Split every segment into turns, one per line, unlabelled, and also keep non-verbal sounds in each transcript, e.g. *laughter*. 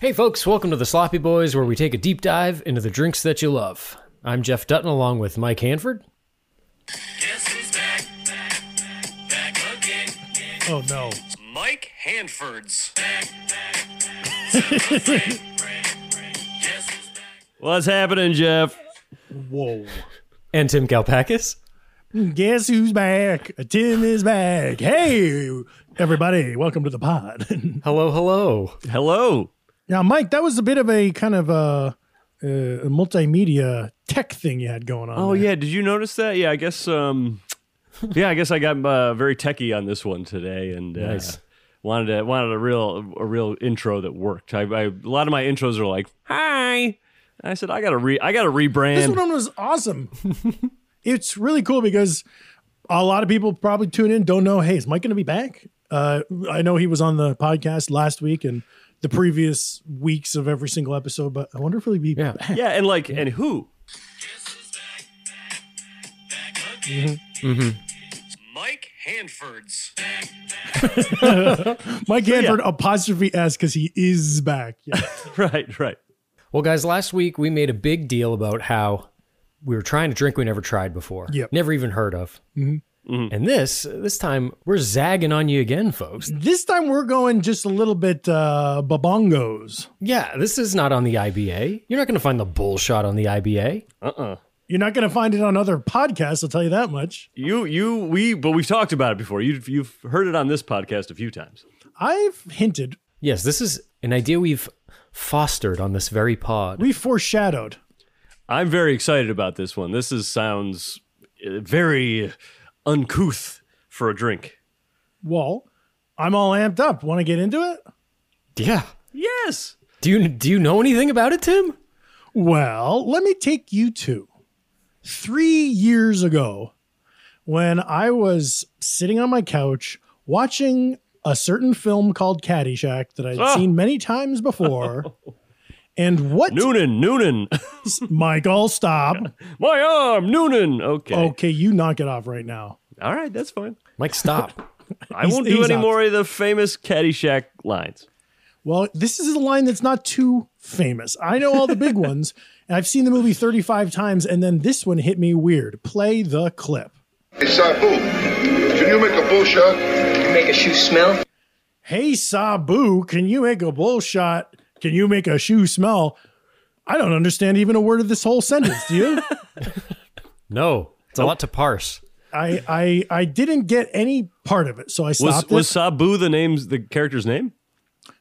Hey, folks, welcome to the Sloppy Boys, where we take a deep dive into the drinks that you love. I'm Jeff Dutton along with Mike Hanford.
Guess who's back, back, back, back again?
Oh no.
Mike Hanford's.
What's happening, Jeff?
Whoa.
And Tim Galpakis.
Guess who's back? Tim is back. Hey, everybody. Welcome to the pod. *laughs*
Hello, hello.
Hello.
now, Mike, that was a bit of a kind of a, a multimedia tech thing you had going on.
Oh
there.
yeah, did you notice that? Yeah, I guess. Um, yeah, I guess I got uh, very techie on this one today, and uh,
Nice.
wanted a, wanted a real a real intro that worked. I, I, a lot of my intros are like, "Hi," and I said, "I got to re I got to
This
rebrand."
one was awesome. *laughs* it's really cool because a lot of people probably tune in, don't know, hey, is Mike going to be back? Uh, I know he was on the podcast last week and the previous weeks of every single episode, but I wonder if he'll be
Yeah.
back.
*laughs* yeah, and like, and who? *laughs*
Mike Hanford's.
Mike Hanford apostrophe S because he is back. Yeah.
Right, right.
Well, guys, last week we made a big deal about how we were trying a drink we never tried before,
Yep.
never even heard of. And this, this time, we're zagging on you again, folks.
this time we're going just a little bit uh babongos.
Yeah, this is not on the IBA. You're not going to find the bull shot on the IBA.
Uh uh
You're not going to find it on other podcasts. I'll tell you that much.
You you we but we've talked about it before. You you've heard it on this podcast a few times.
I've hinted.
Yes, this is an idea we've fostered on this very pod.
We foreshadowed.
I'm very excited about this one. This is sounds uh, very uncouth for a drink.
Well, I'm all amped up. Want to get into it?
yeah.
Yes.
Do you do you know anything about it, Tim?
Well, let me take you to three years ago when I was sitting on my couch watching a certain film called Caddyshack that I'd
Oh.
seen many times before. and what
Noonan, Noonan. *laughs*
Michael, stop.
My arm, Noonan. Okay.
Okay, you knock it off right now.
All right, that's fine.
Mike, stop.
I
He's-
won't do
he's
any
out.
more of the famous Caddyshack lines.
Well, this is a line that's not too famous. I know all the
*laughs*
big ones, and I've seen the movie 35 times, and then this one hit me weird. Play the clip.
Hey, Sabu, uh, can you make a bull shot?
Make a shoe smell?
Hey, Sabu, can you make a bull shot? Can you make a shoe smell? I don't understand even a word of this whole sentence, do you?
*laughs*
No, it's a lot to parse.
I, I I didn't get any part of it, so I
Was
stopped.
was
it.
Sabu the name's the character's name?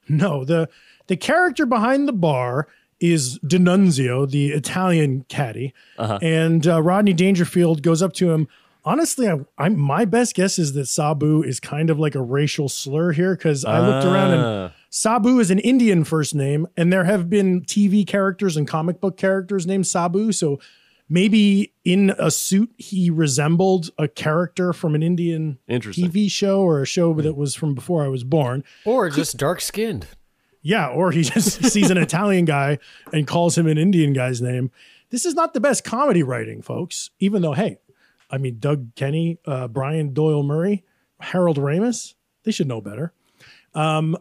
No, the the character behind the bar is D'Annunzio, the Italian caddy, and uh, Rodney Dangerfield goes up to him. Honestly, I, I my best guess is that Sabu is kind of like a racial slur here because I looked around and Sabu is an Indian first name, and there have been TV characters and comic book characters named Sabu, so. Maybe in a suit he resembled a character from an Indian
Interesting.
TV show or a show that was from before I was born.
Or just dark skinned.
Yeah, or he just *laughs* sees an Italian guy and calls him an Indian guy's name. This is not the best comedy writing, folks. Even though, hey, I mean, Doug Kenny, uh, Brian Doyle Murray, Harold Ramis, they should know better. Um,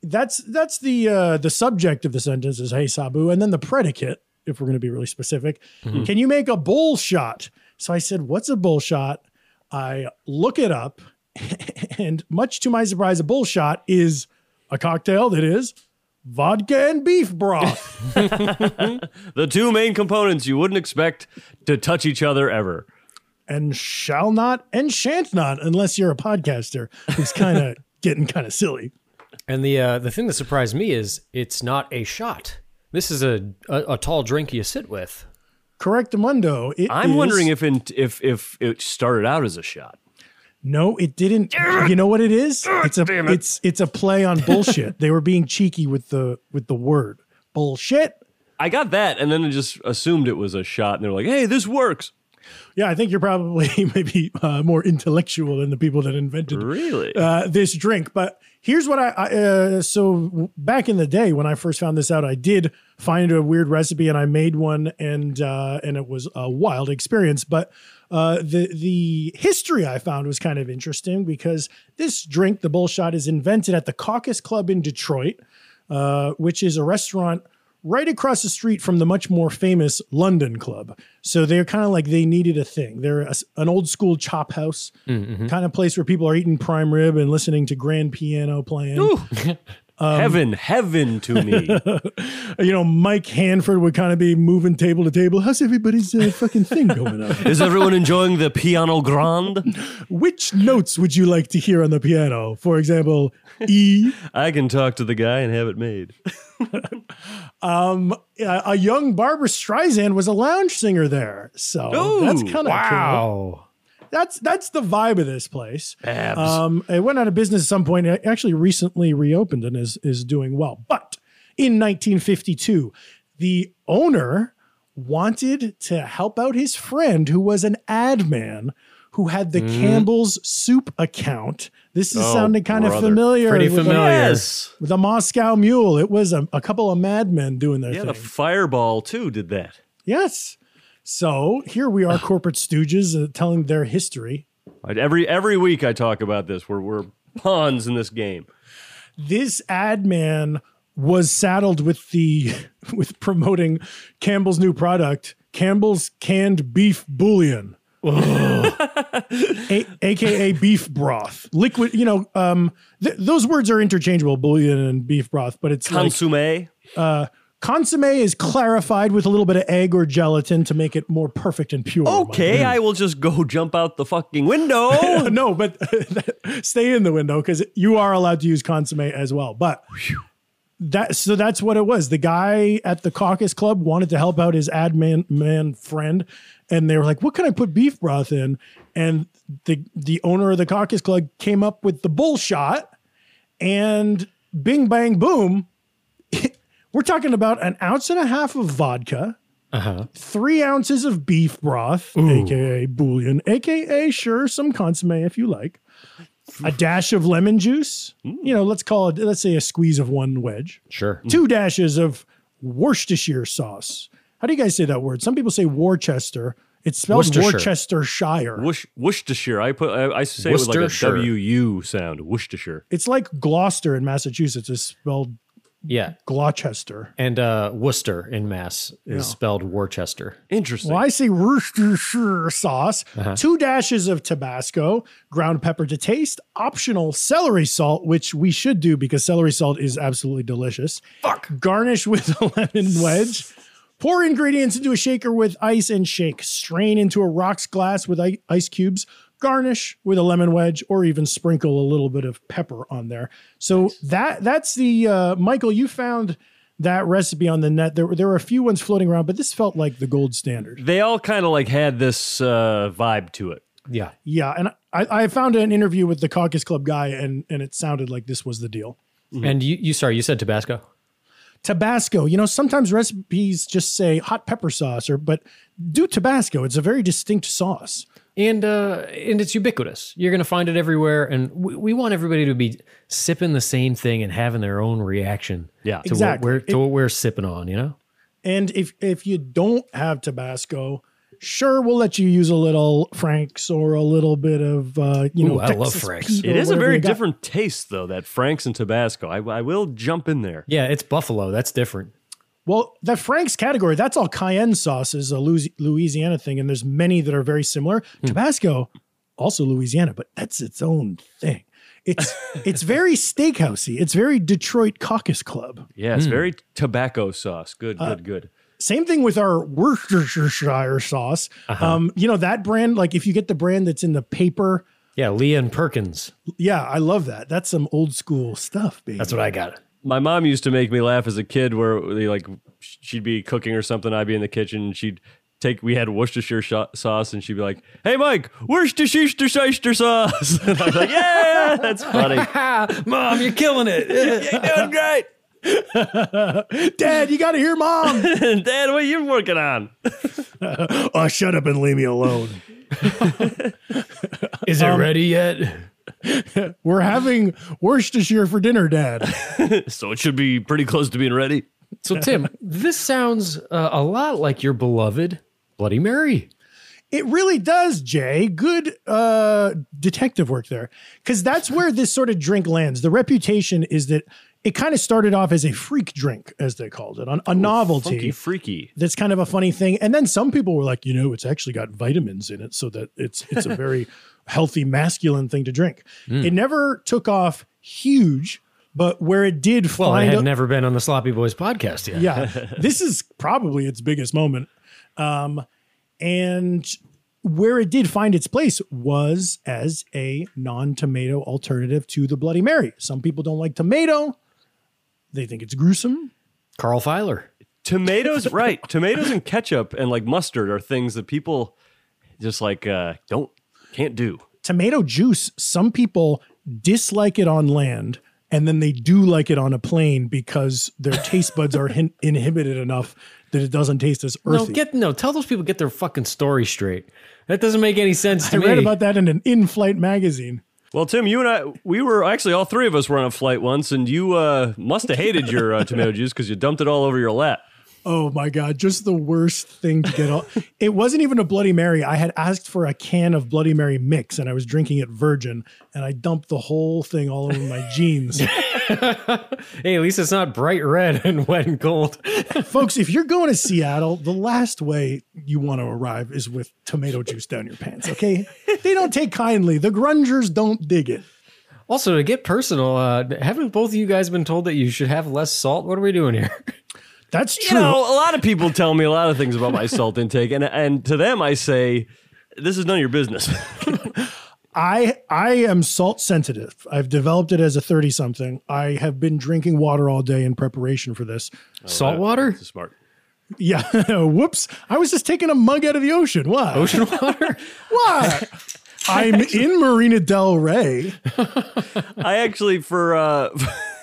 that's that's the uh, the subject of the sentence is hey Sabu, and then the predicate. If we're going to be really specific, can you make a bull shot? So I said, what's a bull shot? I look it up, *laughs* and much to my surprise, a bull shot is a cocktail that is vodka and beef
*laughs*
broth.
The two main components you wouldn't expect to touch each other ever.
and shall not and shan't not unless you're a podcaster who's kind
*laughs*
of getting kind of silly.
And the uh, the thing that surprised me is it's not a shot. This is a a, a tall drink you sit with.
Correct mundo.
I'm wondering if in, if if it started out as a shot.
no, it didn't. You know what it is? It's a it's it's a play on bullshit. they were being cheeky with the with the word bullshit.
I got that, and then I just assumed it was a shot, and they're like, "Hey, this works."
Yeah, I think you're probably *laughs* maybe uh, more intellectual than the people that invented
Really?
uh, this drink. But here's what I, I uh, so w- back in the day when I first found this out, I did find a weird recipe and I made one, and uh, and it was a wild experience. But uh, the the history I found was kind of interesting because this drink, the bullshot, is invented at the Caucus Club in Detroit, uh, which is a restaurant. Right across the street from the much more famous London Club. So they're kind of like they needed a thing. They're a s an old school chop house kind of place where people are eating prime rib and listening to grand piano playing. Um,
heaven, heaven to me.
*laughs* You know, Mike Hanford would kind of be moving table to table. How's everybody's uh, fucking thing going on?
Is everyone enjoying the piano grande?
Which notes would you like to hear on the piano? For example, E.
I can talk to the guy and have it made.
A a young Barbara Streisand was a lounge singer there, so
Ooh,
that's kind of cool.
Wow.
That's that's the vibe of this place.
Abs.
Um, it went out of business at some point. It actually recently reopened and is is doing well. But in 1952, the owner wanted to help out his friend who was an ad man who had the Campbell's soup account. This is
Mm-hmm. Oh,
sounding kind of
brother.
familiar.
Pretty
with the-
familiar.
yes.
with The Moscow Mule. It was a, a couple of madmen doing their
Yeah,
thing.
the fireball too did that.
yes. So here we are, corporate stooges, uh, telling their history.
I- Every every week I talk about this. We're we're pawns in this game.
this ad man was saddled with the *laughs* with promoting Campbell's new product, Campbell's canned beef bouillon. A- aka beef broth liquid you know um th- those words are interchangeable bouillon and beef broth but it's like
Consomme.
consomme is clarified with a little bit of egg or gelatin to make it more perfect and pure
Okay, I will just go *laughs* jump out the
*laughs*
fucking window.
no, but stay in the window because you are allowed to use consomme as well. But that so that's what it was. The guy at the caucus club wanted to help out his ad man, man friend, and they were like, "What can I put beef broth in?" And the the owner of the caucus club came up with the bull shot, and bing bang boom, *laughs* we're talking about an ounce and a half of vodka three ounces of beef broth, aka bouillon, aka sure some consomme if you like, a dash of lemon juice. You know, let's call it let's say a squeeze of one wedge,
Sure.
two dashes of Worcestershire sauce. How do you guys say that word? Some people say Worcester. It's spelled
Worcestershire.
Worcestershire.
Whoosh, Worcestershire. I put. I, I say it with like a
Worcestershire.
W U sound. Worcestershire.
It's like Gloucester in Massachusetts is spelled
Yeah.
Gloucester.
And uh, Worcester in Mass is spelled Worcester.
Interesting.
Well, I say Worcestershire sauce, two dashes of Tabasco, ground pepper to taste, optional celery salt, which we should do because celery salt is absolutely delicious. Fuck. Garnish with a lemon wedge. Pour ingredients into a shaker with ice and shake. Strain into a rocks glass with i- ice cubes. Garnish with a lemon wedge, or even sprinkle a little bit of pepper on there. So that that's the uh, Michael. You found that recipe on the net. There were there were a few ones floating around, but this felt like the gold standard.
They all kind of like had this uh, vibe to it.
Yeah.
Yeah, and I, I found an interview with the Caucus Club guy, and and it sounded like this was the deal.
Mm-hmm. And you, you sorry, you said Tabasco?
Tabasco, you know, sometimes recipes just say hot pepper sauce, or but do Tabasco. It's a very distinct sauce.
and uh, and it's ubiquitous. You're gonna find it everywhere, and we, we want everybody to be sipping the same thing and having their own reaction.
Yeah.
to
Exactly.
What we're, to
It-
what we're sipping on, you know.
And if if you don't have Tabasco, sure, we'll let you use a little Franks or a little bit of, uh, you know,
Ooh, I love
Texas
Frank's.
Pete
It
or
is a
whatever
very
you got.
different taste, though, that Frank's and Tabasco. I, I will jump in there.
Yeah, it's buffalo. That's different.
Well, that Frank's category, that's all cayenne sauces, a Louis- Louisiana thing, and there's many that are very similar.
Hmm.
Tabasco, also Louisiana, but that's its own thing.
*laughs*
It's it's very steakhousey. It's very Detroit Caucus Club.
Yeah, it's very tobacco sauce. Good, good, good.
Same thing with our Worcestershire sauce.
Uh-huh.
Um, you know that brand. Like if you get the brand that's in the paper,
Yeah, Leah and Perkins.
yeah, I love that. That's some old school stuff, baby.
That's what I got.
My mom used to make me laugh as a kid, where they like she'd be cooking or something. I'd be in the kitchen, and she'd take. We had Worcestershire sho- sauce, and she'd be like, "Hey, Mike, Worcestershire sauce." *laughs* And I'm like, "Yeah, that's funny.
Mom, you're killing it.
*laughs* You're doing great,
Dad, you got to hear mom.
*laughs*
*laughs* Dad. What are you working on?" *laughs*
oh, shut up and leave me alone.
*laughs* Is it ready yet?
We're having Worcestershire for dinner, Dad.
So it should be pretty close to being ready.
So, Tim, this sounds uh, a lot like your beloved Bloody Mary.
It really does, Jay. Good uh, detective work there. Because that's where this sort of drink lands. The reputation is that it kind of started off as a freak drink, as they called it, on a novelty.
Funky, freaky.
That's kind of a funny thing. And then some people were like, you know, it's actually got vitamins in it, so that it's it's a very healthy masculine thing to drink. It never took off huge, but where it did
Well, I
find
had
a-
never been on the Sloppy Boys podcast yet. *laughs*
yeah this is probably its biggest moment um and where it did find its place was as a non-tomato alternative to the bloody mary some people don't like tomato they think it's gruesome
Carl Feiler.
*laughs* tomatoes right tomatoes and ketchup and like mustard are things that people just like uh don't can't do
tomato juice some people dislike it on land and then they do like it on a plane because their taste buds are hin- *laughs* inhibited enough that it doesn't taste as earthy.
No, get no. Tell those people get their fucking story straight. That doesn't make any sense to
I
me.
read about that in an in-flight magazine.
well tim you and i we were actually all three of us were on a flight once and you uh must have hated your uh, tomato juice because you dumped it all over your lap
Oh my God, just the worst thing to
*laughs*
get on. it wasn't even a Bloody Mary. I had asked for a can of Bloody Mary mix and I was drinking it virgin and I dumped the whole thing all over my
*laughs*
jeans.
hey, at least it's not bright red *laughs* and wet and cold.
Folks, if you're going to Seattle, the last way you want to arrive is with tomato juice down your pants, okay? they don't take kindly. The grungers don't dig it.
Also, to get personal, uh, haven't both of you guys been told that you should have less salt? What are we doing here? *laughs*
That's
you
true.
know a lot of people tell me a lot of things about my salt *laughs* intake and and to them i say this is none of your business *laughs*
I I am salt sensitive. I've developed it as a 30 something. I have been drinking water all day in preparation for this.
Oh,
salt water,
smart
Yeah. *laughs* Whoops. I was just taking a mug out of the ocean. What? *laughs*
ocean water.
What? I'm in Marina Del Rey.
I actually for uh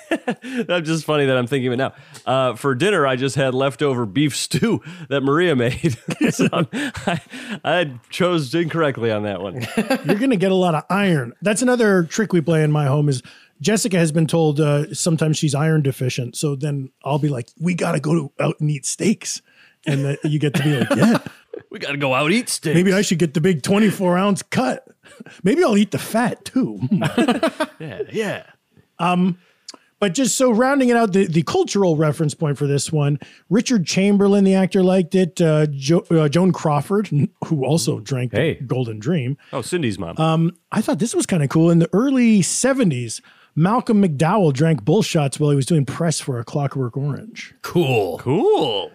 *laughs* that's just funny that I'm thinking of it now. Uh, for dinner, I just had leftover beef stew that Maria *laughs* made. so I'm- I, I chose incorrectly on that one.
You're going to get a lot of iron. That's another trick we play in my home is Jessica has been told uh, sometimes she's iron deficient. So then I'll be like, we got to go to- out and eat steaks. And then you get to be like, yeah,
*laughs* We got to go out eat steak.
maybe I should get the big 24 ounce cut. Maybe I'll eat the fat too. Hmm.
Yeah, yeah.
But just so rounding it out, the, the cultural reference point for this one, Richard Chamberlain, the actor, liked it. Uh, jo- uh, Joan Crawford, *laughs* who also drank
Mm. Hey.
the Golden Dream,
Oh, Cindy's mom.
I thought this was kind of cool. In the early 70s, Malcolm McDowell drank bull shots while he was doing press for a Clockwork Orange.
Cool.
cool.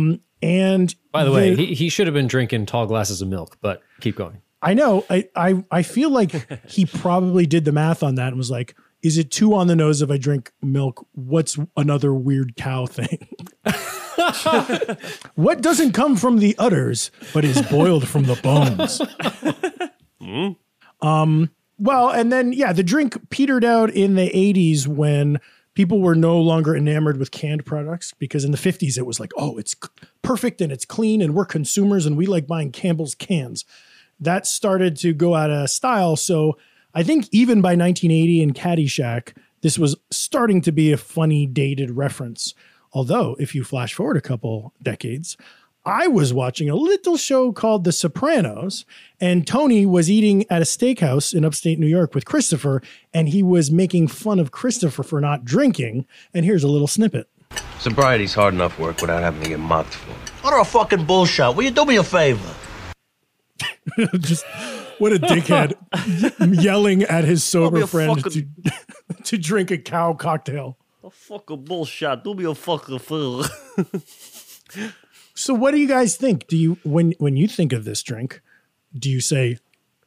And
By the way,
they-
he, he should have been drinking tall glasses of milk, but keep going.
I know, I, I, I feel like he probably did the math on that and was like, is it too on the nose if I drink milk? What's another weird cow thing? what doesn't come from the udders, but is boiled from the bones? Well, and then yeah, the drink petered out in the 80s when people were no longer enamored with canned products because in the 50s it was like, "Oh, it's c- perfect and it's clean and we're consumers and we like buying Campbell's cans." That started to go out of style, so I think even by 1980 in Caddyshack, this was starting to be a funny dated reference. Although, if you flash forward a couple decades, I was watching a little show called The Sopranos, and Tony was eating at a steakhouse in upstate New York with Christopher, and he was making fun of Christopher for not drinking. And here's a little snippet. *laughs*
Sobriety's hard enough work without having to get mocked for it. Order a fucking bullshot. Will you do me a favor?
Just what a
*laughs*
dickhead yelling at his sober
I'll be a
friend to,
fucking-
to *laughs* drink a cow cocktail.
Oh, fuck a bullshit. Do me a fucking fool. *laughs*
So what do you guys think? Do you when when you think of this drink, do you say,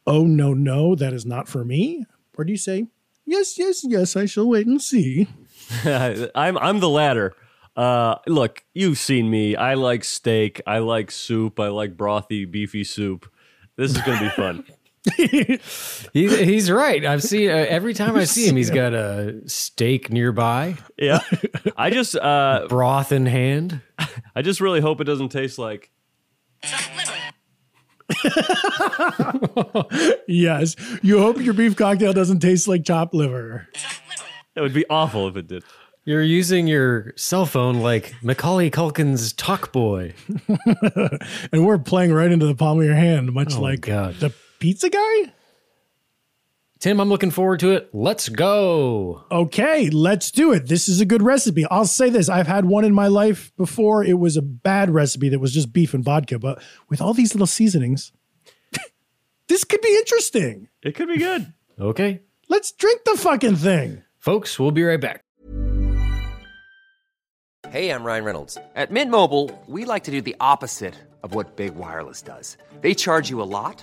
"Oh no, no, that is not for me," or do you say, "Yes, yes, yes, I shall wait and see"?
*laughs*
*laughs*
I'm I'm the latter. Uh, look, you've seen me. I like steak. I like soup. I like brothy, beefy soup. This is gonna
*laughs*
be fun.
He's, he's right. I've seen uh, every time I see him, he's got a steak nearby,
yeah, I just uh,
broth in hand.
I just really hope it doesn't taste like.
Yes, you hope your beef cocktail doesn't taste like chopped liver.
It would be awful if it did.
You're using your cell phone like Macaulay Culkin's Talk Boy.
And we're playing right into the palm of your hand, much like
God.
the pizza guy.
Tim, I'm looking forward to it. Let's go.
Okay, let's do it. This is a good recipe. I'll say this: I've had one in my life before. It was a bad recipe that was just beef and vodka, but with all these little seasonings, *laughs* this could be interesting.
It could be good.
Okay.
Let's drink the fucking thing.
Folks, we'll be right back.
Hey, I'm Ryan Reynolds. At Mint Mobile, we like to do the opposite of what Big Wireless does. They charge you a lot,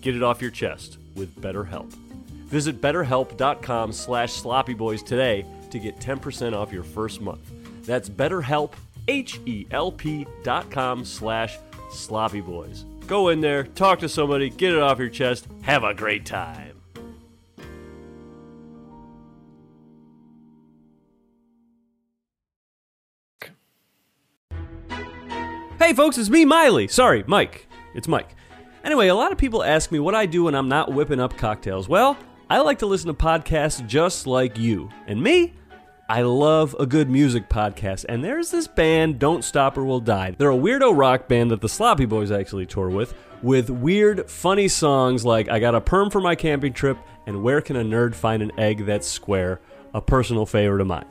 get it off your chest with BetterHelp. Visit betterhelp.com slash sloppyboys today to get 10% off your first month. That's betterhelp, H-E-L-P dot com slash sloppyboys. Go in there, talk to somebody, get it off your chest, have a great time. Hey, folks, it's me, Miley. Sorry, Mike. It's Mike. Anyway, a lot of people ask me what I do when I'm not whipping up cocktails. Well, I like to listen to podcasts just like you. And me? I love a good music podcast, and there's this band, Don't Stop or Will Die. They're a weirdo rock band that the Sloppy Boys actually tour with, with weird, funny songs like I Got a Perm for My Camping Trip and Where Can a Nerd Find an Egg That's Square, a personal favorite of mine.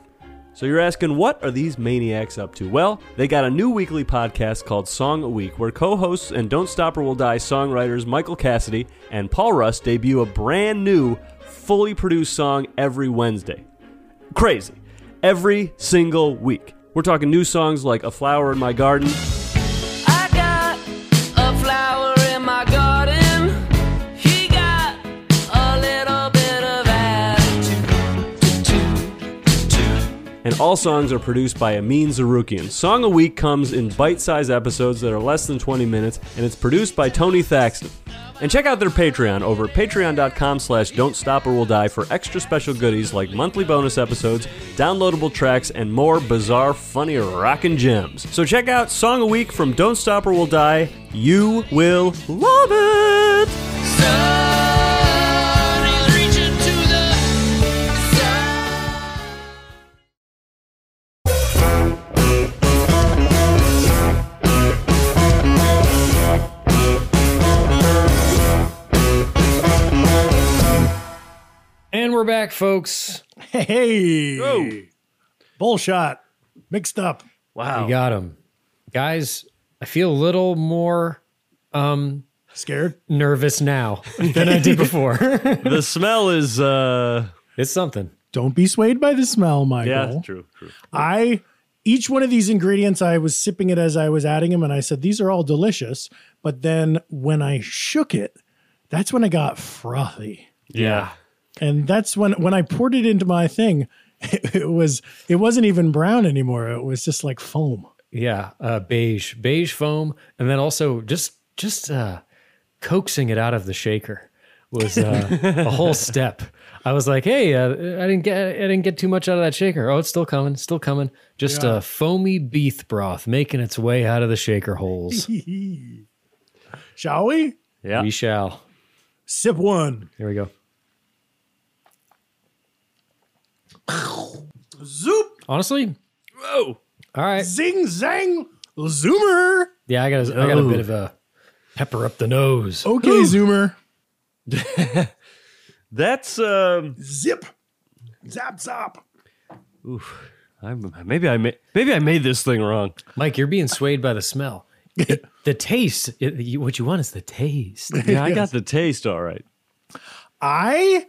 So you're asking, what are these maniacs up to? Well, they got a new weekly podcast called Song a Week, where co hosts and Don't Stop or Will Die songwriters Michael Cassidy and Paul Russ debut a brand new, fully produced song every Wednesday. Crazy. Every single week. We're talking new songs like A Flower in My Garden,
I got a flower in my garden. He got a little bit of attitude.
and all songs are produced by Amin Zarukian. Song a Week comes in bite sized episodes that are less than 20 minutes, and it's produced by Tony Thaxton. And check out their Patreon over at patreon.com slash don't stop or will die for extra special goodies like monthly bonus episodes, downloadable tracks, and more bizarre, funny, rockin' gems. So check out Song a Week from Don't Stop or Will Die. You will love it!
And we're back, folks.
Hey, bullshot, mixed up.
Wow,
we got him, guys. I feel a little more um
scared,
nervous now *laughs* than I did before. *laughs*
the smell is uh
it's something.
Don't be swayed by the smell, Michael.
Yeah, true, true.
I each one of these ingredients I was sipping it as I was adding them and I said these are all delicious, but then when I shook it, that's when I got frothy.
Yeah.
And that's when when I poured it into my thing, *laughs* it, was it wasn't even brown anymore. It was just like foam.
Yeah, uh, beige, beige foam, and then also just just uh, coaxing it out of the shaker was uh, a
*laughs*
whole step. I was like, "Hey, uh, I didn't get I didn't get too much out of that shaker. Oh, it's still coming, still coming. Just
Yeah.
a foamy beef broth making its way out of the shaker
*laughs*
holes."
Shall we?
Yeah,
we shall.
Sip one.
Here we go.
Zoop.
Honestly,
whoa.
All right.
Zing zang. Zoomer.
yeah, I got a, I got a
Oh.
bit of a pepper up the nose.
Okay, Zoomer.
That's um
Zip. Zap zap.
Oof. I'm, maybe I ma- maybe I made this thing wrong.
Mike, you're being swayed by the smell. It- the taste, it- you- what you want is the taste.
Yeah, I got the taste all right.
I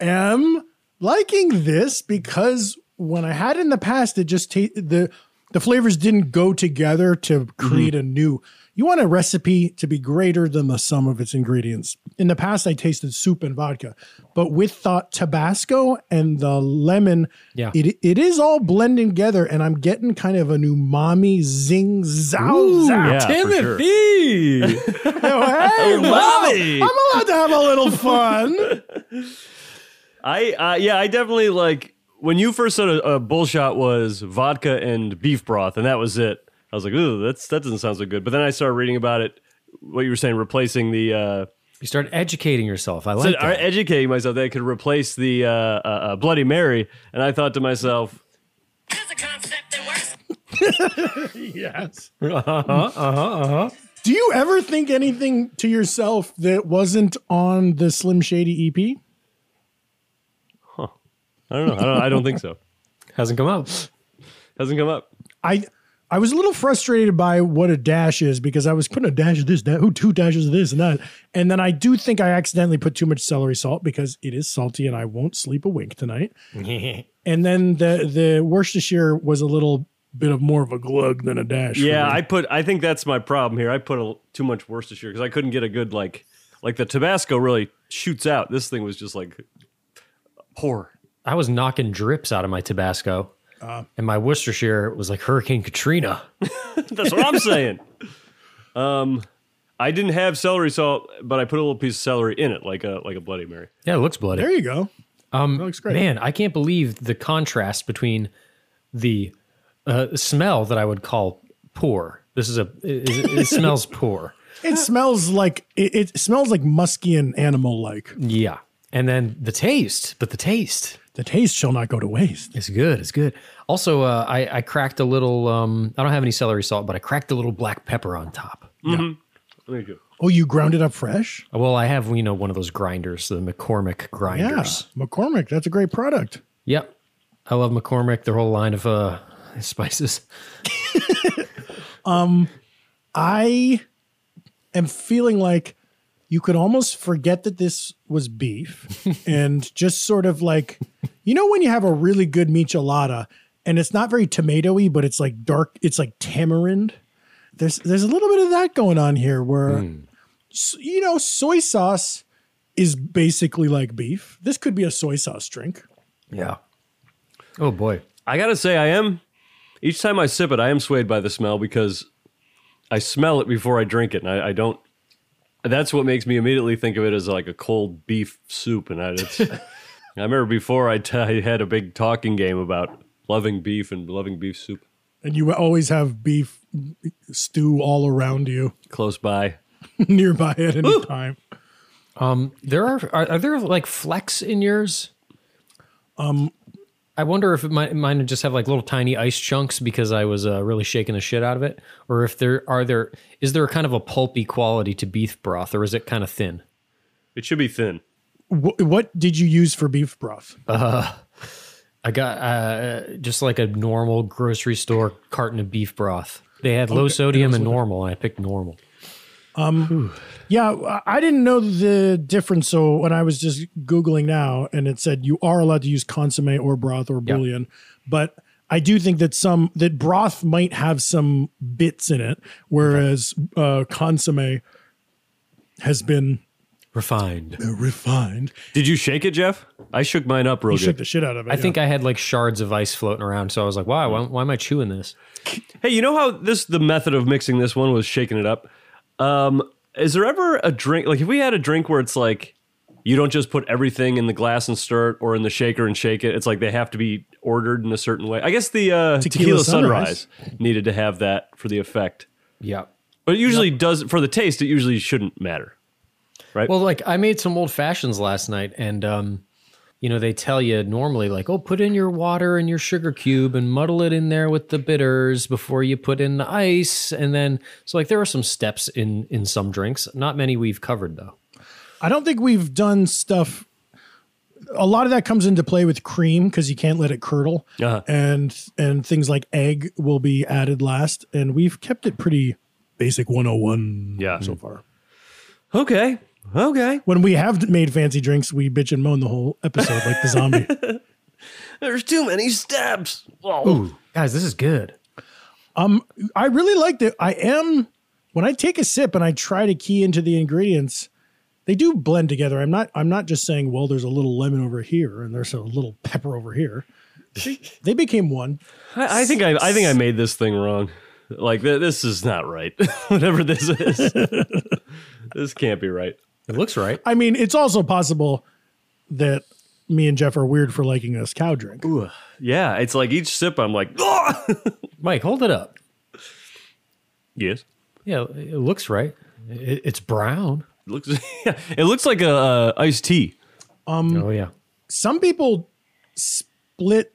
am liking this because when I had it in the past, it just ta- the the flavors didn't go together to
Mm-hmm.
create a new. You want a recipe to be greater than the sum of its ingredients. In the past, I tasted soup and vodka, but with the Tabasco and the lemon,
Yeah.
it it is all blending together, and I'm getting kind of an umami zing zow
Ooh,
zap.
yeah, for sure. Timothy! *laughs*
hey, wow,
Umami.
I'm allowed to have a little fun.
I uh, yeah, I definitely like when you first said a, a bullshot was vodka and beef broth, and that was it. I was like, ooh, that's that doesn't sound so good. But then I started reading about it. What you were saying, replacing the uh,
You start educating yourself. I like
said,
that.
I- educating myself that I could replace the uh, uh, uh, Bloody Mary, and I thought to myself,
yes.
*laughs* Uh-huh, uh-huh,
Do you ever think anything to yourself that wasn't on the Slim Shady E EP?
I don't know, I don't, I don't think so. *laughs*
Hasn't come up.
Hasn't come up.
I I was a little frustrated by what a dash is because I was putting a dash of this, that, ooh, two dashes of this and that, and then I do think I accidentally put too much celery salt because it is salty and I won't sleep a wink
*laughs*
tonight.
uh-huh.
And then the the Worcestershire was a little bit of more of a glug than a dash. for
Yeah,
me.
I put. I think that's my problem here. I put a, too much Worcestershire because I couldn't get a good like like the Tabasco really shoots out. This thing was just like *laughs* poor.
I was knocking drips out of my Tabasco. and my Worcestershire was like Hurricane Katrina.
That's what I'm saying. Um, I didn't have celery salt, but I put a little piece of celery in it, like a like a Bloody Mary.
Yeah, it looks bloody.
there you go.
Um,
That looks great.
Man, I can't believe the contrast between the uh, smell that I would call poor This is a. It, it, it smells poor.
It smells like it, it smells like musky and animal like.
Yeah, and then the taste, but the taste.
The taste shall not go to waste.
It's good. It's good. Also, uh, I, I cracked a little. Um, I don't have any celery salt, but I cracked a little black pepper on top.
There you go.
Oh, you ground it up fresh?
Well, I have you know one of those grinders, the McCormick grinders.
Yeah, McCormick. That's a great product.
Yep, I love McCormick. Their whole line of uh, *laughs* spices.
Um, I am feeling like you could almost forget that this was beef and just sort of like, you know, when you have a really good michelada and it's not very tomatoey, but it's like dark, it's like tamarind. There's there's a little bit of that going on here where, s- you know, soy sauce is basically like beef. This could be a soy sauce drink.
Yeah. Oh boy.
I gotta say, I am. Each time I sip it, I am swayed by the smell because I smell it before I drink it, and I, I don't. That's what makes me immediately think of it as like a cold beef soup, and I. It's, I remember before I, t- I had a big talking game about loving beef and loving beef soup
And you always have beef stew all around you, *laughs*
close by.
nearby at any time.
Um, there are, are are there like flecks in yours?
Um,
I wonder if it might, mine would just have like little tiny ice chunks because I was uh, really shaking the shit out of it, or if there are there is there a kind of a pulpy quality to beef broth, or is it kind of thin?
It should be thin.
Wh- what did you use for beef broth?
Uh, I got uh, just like a normal grocery store carton of beef broth. They had low
Okay,
sodium
that was
and
what-
normal, and I picked normal.
Um, yeah, I- I didn't know the difference. So when I was just googling now, and it said you are allowed to use consommé or broth or
Yeah.
bouillon, but I do think that some that broth might have some bits in it, whereas uh, consommé has been
Refined.
refined.
Did you shake it, Jeff? I shook mine up real
You
good.
shook the shit out of it.
I think I had like shards of ice floating around, so I was like, "Wow, why, why am I chewing this?"
Hey, you know how this the method of mixing this one was shaking it up. Um, is there ever a drink like if we had a drink where it's like you don't just put everything in the glass and stir it or in the shaker and shake it. It's like they have to be ordered in a certain way. I guess the uh, tequila,
Tequila
sunrise.
Sunrise.
needed to have that for the effect.
Yeah.
But it usually does for the taste, it usually shouldn't matter. Right.
Well, like I made some old fashions last night, and um, you know they tell you normally like, "Oh, put in your water and your sugar cube and muddle it in there with the bitters before you put in the ice." And then so like there are some steps in in some drinks, not many we've covered though.
I don't think we've done stuff. A lot of that comes into play with cream because you can't let it curdle,
Uh-huh.
and and things like egg will be added last. And we've kept it pretty basic 101
Yeah.
so far.
Okay. Okay.
When we have made fancy drinks, we bitch and moan the whole episode like the
*laughs*
zombie.
There's too many steps. Oh.
guys, this is good.
Um, I really liked it. I am when I take a sip and I try to key into the ingredients, they do blend together. I'm not I'm not just saying, well, there's a little lemon over here and there's a little pepper over here. They, they became one.
I, I think I, I think I made this thing wrong. Like th- this is not right. *laughs* Whatever this is, *laughs* this can't be right.
It looks right.
I mean, it's also possible that me and Jeff are weird for liking this cow drink.
Yeah, it's like each sip, I'm like, *laughs* "Ugh!"
Mike, hold it up.
yes,
Yeah, it looks right. It, it's brown.
it looks *laughs* it looks like a uh, iced tea.
Um,
Oh yeah.
some people split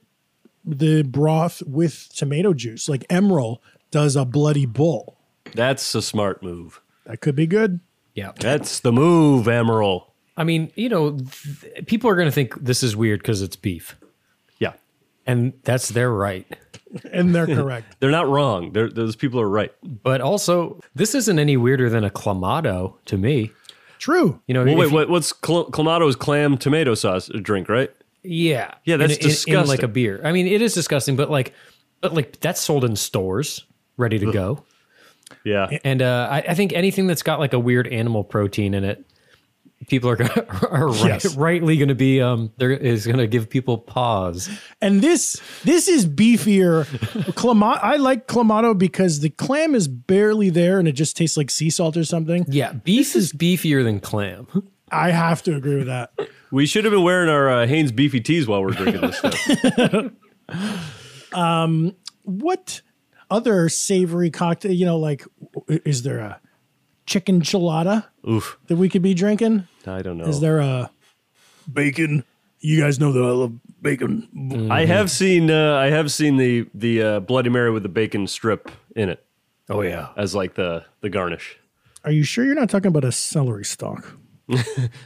the broth with tomato juice, like Emerald does a bloody bull.
That's a smart move.
That could be good.
Yeah.
That's the move, Emerald.
I mean, you know, th- people are going to think this is weird because it's beef.
Yeah,
And that's their right.
And they're correct.
they're not wrong. They're, those people are right.
But also, this isn't any weirder than a clamato to me.
True.
You know,
Well,
if
wait,
you-
what, what's cl- Clamato is clam tomato sauce drink, right?
Yeah,
Yeah, that's
in, in- in
disgusting.
like a beer. I mean, it is disgusting, but like, but like that's sold in stores, ready to go.
Yeah,
And uh, I, I think anything that's got like a weird animal protein in it, people are gonna, *laughs* are right,
Yes.
rightly going to be um, there is going to give people pause.
And this this is beefier. Clama- I like clamato because the clam is barely there and it just tastes like sea salt or something.
Yeah, beef is beefier than clam.
I have to agree with that.
we should have been wearing our uh, Hanes beefy tees while we're drinking this stuff.
Um, what other savory cocktail? You know, like w- is there a chicken chilada
Oof.
that we could be drinking?
*laughs* I don't know.
Oh.
Is there a bacon? You guys know that I love bacon.
I have seen uh, I have seen the the uh, Bloody Mary with the bacon strip in it.
Oh yeah,
as like the the garnish.
Are you sure you're not talking about a celery stalk?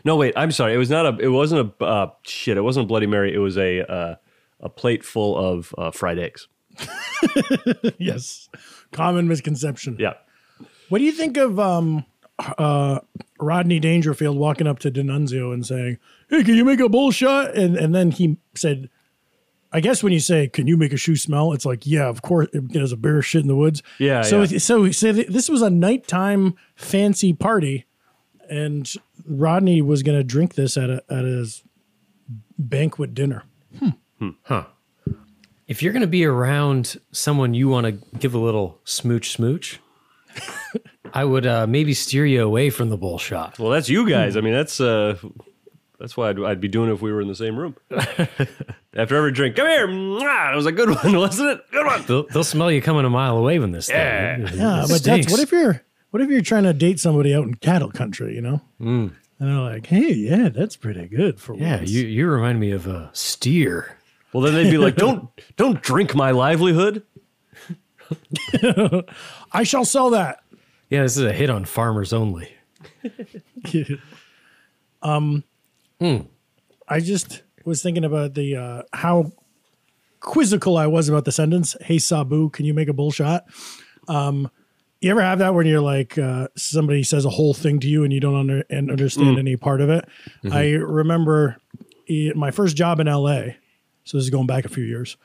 No, wait, I'm sorry. It was not a. It wasn't a uh, shit. It wasn't a Bloody Mary. It was a uh, a plate full of uh, fried eggs.
*laughs* yes, common misconception.
Yeah.
What do you think of um, uh, Rodney Dangerfield walking up to D'Annunzio and saying, "Hey, can you make a bull shot?" And and then he said, "I guess when you say, can you make a shoe smell?' It's like, yeah, of course. It there's a bear shit in the woods.
Yeah,
So
yeah.
it- so so th- this was a nighttime fancy party, and Rodney was going to drink this at a at his banquet dinner.
Huh. If you're going to be around someone you want to give a little smooch smooch, I would uh, maybe steer you away from the bull shot.
Well, that's you guys. I mean, that's uh, that's why I'd, I'd be doing it if we were in the same room. After every drink, come here. Mwah! It was a good one, *laughs* wasn't it? Good one.
They'll, they'll smell you coming a mile away when this
Yeah.
thing.
Yeah, but that's what if you're what if you're trying to date somebody out in cattle country, you know?
Mm.
And they're like, hey, yeah, that's pretty good for
Yeah,
once."
you you remind me of a steer.
Well, then they'd be like, "Don't don't drink my livelihood."
I shall sell that.
Yeah, this is a hit on farmers only.
*laughs* um, I just was thinking about the uh, how quizzical I was about the sentence. Hey, Sabu, can you make a bullshot? Um, you ever have that when you're like uh, somebody says a whole thing to you and you don't under- and understand
Mm.
any part of it?
Mhm.
I remember eh, my first job in L.A. So this is going back a few years.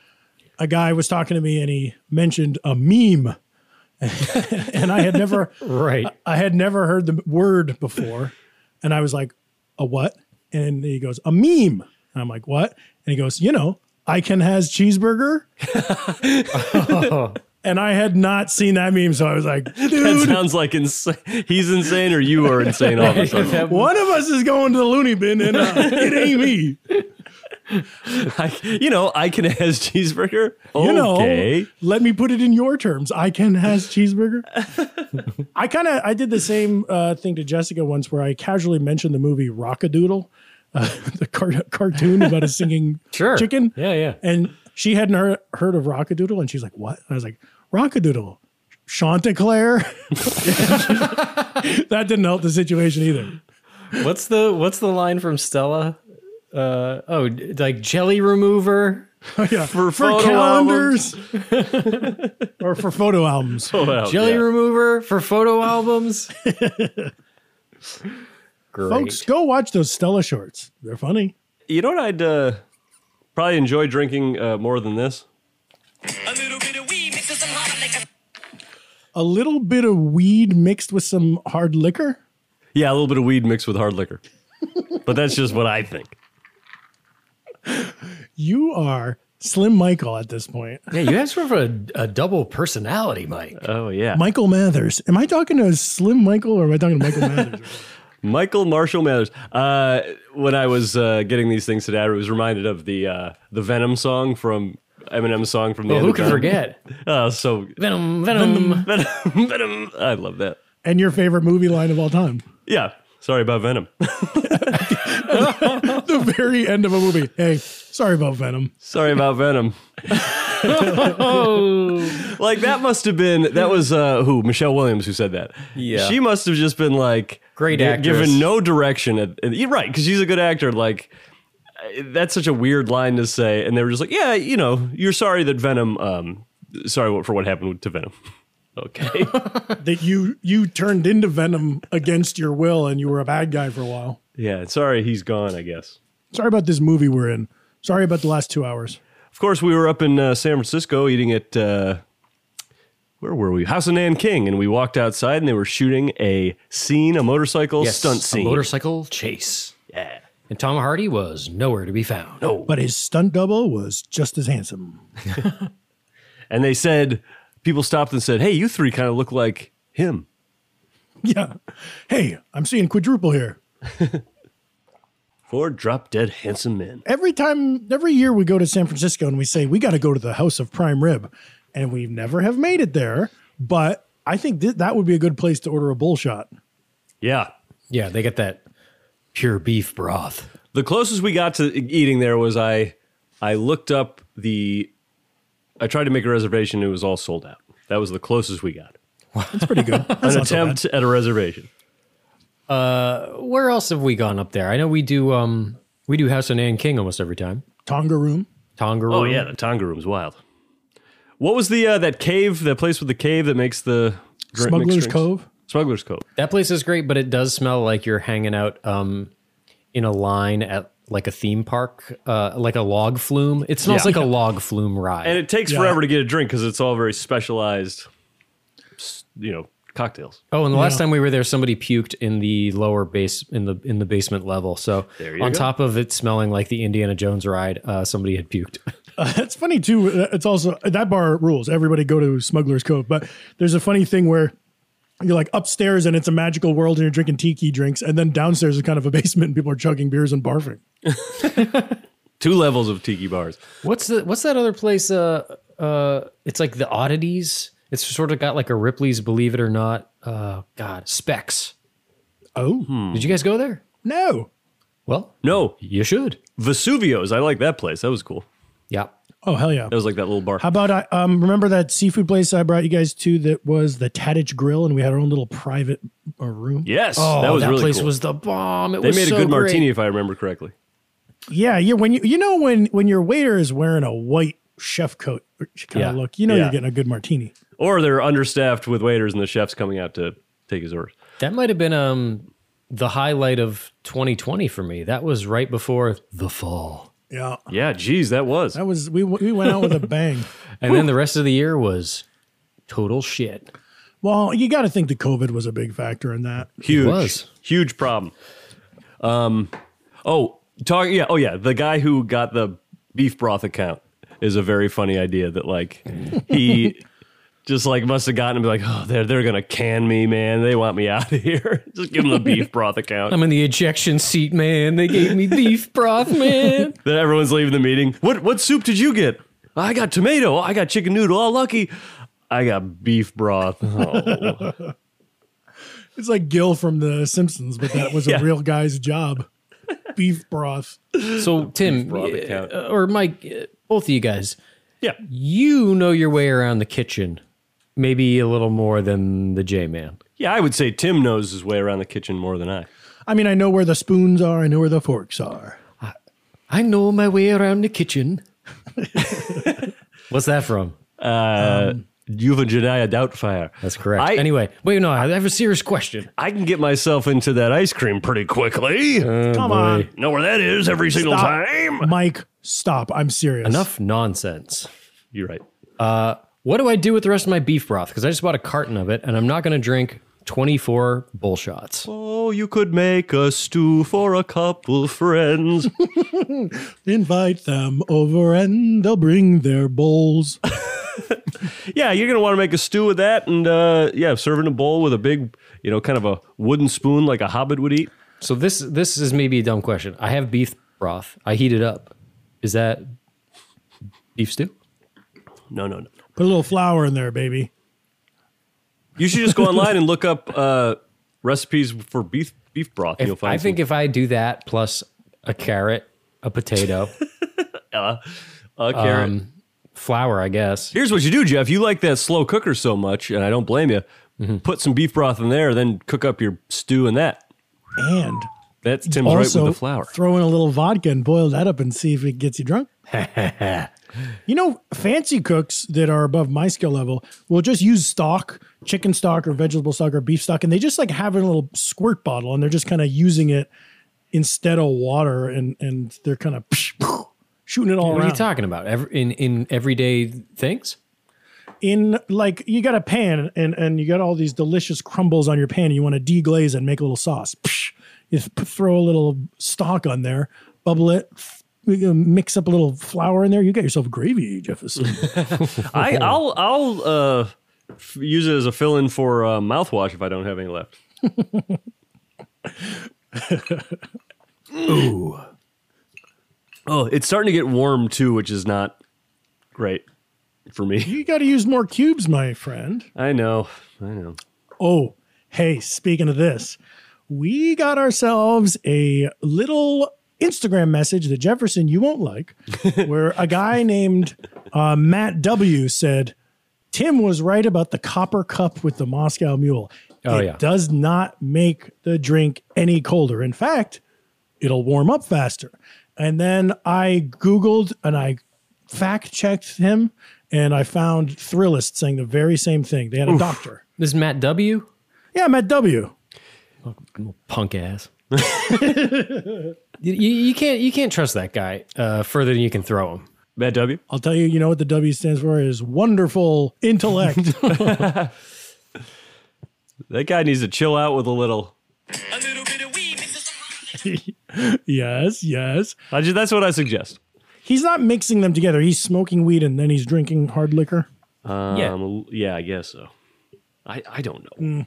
A guy was talking to me and he mentioned a meme, *laughs* and I had never
right.
I had never heard the word before. And I was like, a what? And he goes, a meme. And I'm like, what? And he goes, you know, I can has cheeseburger. and I had not seen that meme. So I was like,
That
dude,
sounds like insane. He's insane, or you are insane. All of a sudden,
one of us is going to the loony bin and uh, it ain't me.
I, you know, I can has *laughs* cheeseburger.
You
Okay.
know, let me put it in your terms. I can
*laughs*
has cheeseburger. I kind of I did the same uh, thing to Jessica once, where I casually mentioned the movie Rockadoodle, uh, *laughs* the car- cartoon about
*laughs*
a singing
Sure.
chicken.
Yeah, yeah.
And she hadn't heard, heard of Rockadoodle, and she's like, "What?" And I was like, "Rockadoodle, Chanticleer." *laughs* that didn't help the situation either.
What's the what's the line from Stella? Uh, oh, d- like jelly remover.
yeah,
for,
calendars *laughs* or for photo albums.
jelly remover for photo
*laughs*
albums. Great.
Folks, go watch those Stella shorts. They're funny.
You know what I'd uh, probably enjoy drinking uh, more than this?
A little bit of weed mixed with some hard liquor.
Yeah, a little bit of weed mixed with hard liquor. *laughs* but that's just what I think.
You are Slim Michael at this point.
Yeah, you have sort of a, a double personality, Mike.
Oh yeah,
Michael Mathers. Am I talking to Slim Michael or am I talking to Michael Mathers?
Michael Marshall Mathers. Uh, when I was uh, getting these things today, I was reminded of the uh, the Venom song from Eminem's song from the.
Oh,
end
who
of
can
Time.
forget?
*laughs* Oh, so
Venom, venom,
venom, *laughs* venom. I love that.
And your favorite movie line of all time.
Yeah. Sorry about Venom.
the very end of a movie. Hey, sorry about Venom.
Sorry about
*laughs*
Venom. like that must have been that was uh who Michelle Williams who said that.
Yeah.
she must have just been like
Great
gi-
actress.
given no direction. At, and- you're right because she's a good actor. Like uh, that's such a weird line to say, and they were just like, yeah, you know, you're sorry that Venom. Um, sorry for what happened to Venom. *laughs*
*laughs*
Okay,
That you you turned into Venom against your will and you were a bad guy for a while.
yeah, sorry he's gone. I guess.
Sorry about this movie we're in. Sorry about the last two hours.
Of course, we were up in uh, San Francisco eating at uh, where were we? House of Nanking, and we walked outside, and they were shooting a scene, a motorcycle
Yes,
stunt
a
scene,
motorcycle chase.
Yeah.
And Tom Hardy was nowhere to be found. No.
But his stunt double was just as handsome. *laughs*
and they said people stopped and said, "Hey, you three kind of look like him."
Yeah. Hey, I'm seeing quadruple here.
Four drop dead handsome men.
Every time, every year we go to San Francisco and we say, we got to go to the House of Prime Rib. and we never have made it there. But I think th- that would be a good place to order a bull shot.
Yeah.
Yeah, they get that pure beef broth.
The closest we got to eating there was I I looked up the I tried to make a reservation, it was all sold out. That was the closest we got. *laughs* That's pretty good. An attempt at a reservation.
Uh, where else have we gone up there? I know we do. Um, we do House of Nan King almost every time.
Tonga room. *laughs*
Tonga room.
Oh yeah, the Tonga room's wild. What was the uh, that cave, that place with the cave that makes the drink- mixed drinks? Smuggler's Cove.
That place is great, but it does smell like you're hanging out um, in a line at like a theme park, uh, like a log flume. It smells
Yeah.
like a log flume ride.
And it takes
Yeah.
forever to get a drink because it's all very specialized, s- you know, cocktails.
Oh, and the last
Yeah.
time we were there, somebody puked in the lower base in the in the basement level. So
you
on
go.
top of it smelling like the Indiana Jones ride, uh, somebody had puked. *laughs*
Uh, it's funny too. uh, It's also that bar rules. Everybody go to Smuggler's Cove, but there's a funny thing where you're like upstairs and it's a magical world and you're drinking tiki drinks, and then downstairs is kind of a *laughs* basement and people are chugging beers and barfing.
Two levels of tiki bars.
What's the what's that other place? Uh, uh, it's like the oddities. It's sort of got like a Ripley's Believe It or Not. Uh, God, Specs.
Oh,
Hmm.
did you guys go there?
No.
Well,
no,
you should.
Vesuvio's. I like that place. That was cool.
Yeah.
Oh hell yeah.
That was like that little bar.
How about I um, remember that seafood place I brought you guys to that was the Tadich Grill, and we had our own little private uh, room.
Yes, that was really
Oh, place
cool.
was the bomb. It
they
was
made
so
a good martini
great.
if I remember correctly.
Yeah, yeah. When you you know when when your waiter is wearing a white chef coat kind
Yeah.
of look, you know
Yeah.
you're getting a good martini.
Or they're understaffed with waiters and the chef's coming out to take his orders.
That might have been um the highlight of 2020 for me. That was right before the fall.
Yeah,
Yeah, geez, that was.
that was we we went out with a
*laughs*
bang.
And then the rest of the year was total shit.
Well, you got to think the COVID was a big factor in that.
Huge, huge problem. Um, oh, talk. Yeah, oh yeah. The guy who got the beef broth account is a very funny idea. That like he just like must have gotten and be like, oh, they're they're gonna can me, man. They want me out of here. *laughs* just give them the beef broth
*laughs*
account.
I'm in the ejection seat, man. They gave me *laughs* beef broth, man.
then everyone's leaving the meeting. What what soup did you get? I got tomato. I got chicken noodle. Oh, lucky. I got beef broth. Oh.
It's like Gil from The Simpsons, but that was
*laughs* Yeah.
a real guy's job. Beef broth.
So Tim
broth
uh,
account.
or Mike, uh, both of you guys,
yeah,
you know your way around the kitchen, maybe a little more than the J man.
yeah, I would say Tim knows his way around the kitchen more than I.
I mean, I know where the spoons are. I know where the forks are.
I know my way around the *laughs* kitchen. What's that from?
Uh, Juve Jediah Doubtfire.
Um, That's correct. anyway, wait, no, I have a serious question.
I can get myself into that ice cream pretty quickly.
Uh,
Come boy. on.
Know where that is every single
Stop.
Oh, time.
Mike, stop. I'm serious.
Enough nonsense.
You're right.
Uh, what do I do with the rest of my beef broth? Because I just bought a carton of it, and I'm not going to drink 24 bull shots.
Oh, you could make a stew for a
*laughs*
couple friends.
Invite them over and they'll bring their bowls.
yeah, you're gonna want to make a stew with that, and uh, yeah, serve it in a bowl with a big, you know, kind of a wooden spoon like a hobbit would eat.
So this this is maybe a dumb question. I have beef broth. I heat it up. Is that beef stew?
No, no, no.
Put a little flour in there, baby.
You should
*laughs*
just go online and look up uh, recipes for beef beef broth. and
If-
you'll find.
I think if I do that plus a carrot, a
*laughs*
potato,
uh, a carrot.
um, flour, I guess.
Here's what you do, Jeff. You like that slow cooker so much, and I don't blame you.
Mm-hmm.
Put some beef broth in there, then cook up your stew in that.
And
That's Tim's
also,
right with the flour.
throw in a little vodka and boil that up and see if it gets you
*laughs*
drunk. You know, fancy cooks that are above my skill level will just use stock, chicken stock or vegetable stock or beef stock, and they just like have it in a little squirt bottle and they're just kind of using it instead of water and and they're kind of *laughs* shooting it all
What are
around.
you talking about? Every, in in everyday things?
in like you got a pan and and you got all these delicious crumbles on your pan and you want to deglaze and make a little sauce. Psh, you th- throw a little stock on there, bubble it, f- mix up a little flour in there. You got yourself gravy, Jefferson.
I, I'll I'll uh, f- use it as a fill in for uh, mouthwash if I don't have any left.
*laughs*
Ooh. Oh, it's starting to get warm too, which is not great. for me.
You got to use more cubes, my friend.
I know. I know.
Oh, hey, speaking of this, we got ourselves a little Instagram message that Jefferson you won't
*laughs*
like, where a guy named uh, Matt W said, Tim was right about the copper cup with the Moscow mule.
Oh,
it
yeah.
does not make the drink any colder. In fact, it'll warm up faster. And then I Googled and I fact checked him and I found Thrillist saying the very same thing. They had a
Oof.
doctor.
This is Matt W.
Yeah, Matt W.
Punk
*laughs*
ass. you, you- you can't you can't trust that guy uh, further than you can throw him.
Matt W.
I'll tell you, you know what the W stands for is wonderful
*laughs*
intellect.
That guy needs to chill out with a little.
yes, yes.
I ju- that's what I suggest.
He's not mixing them together. He's smoking weed and then he's drinking hard liquor.
Um,
Yeah.
yeah. I guess so. I, I don't know.
Mm.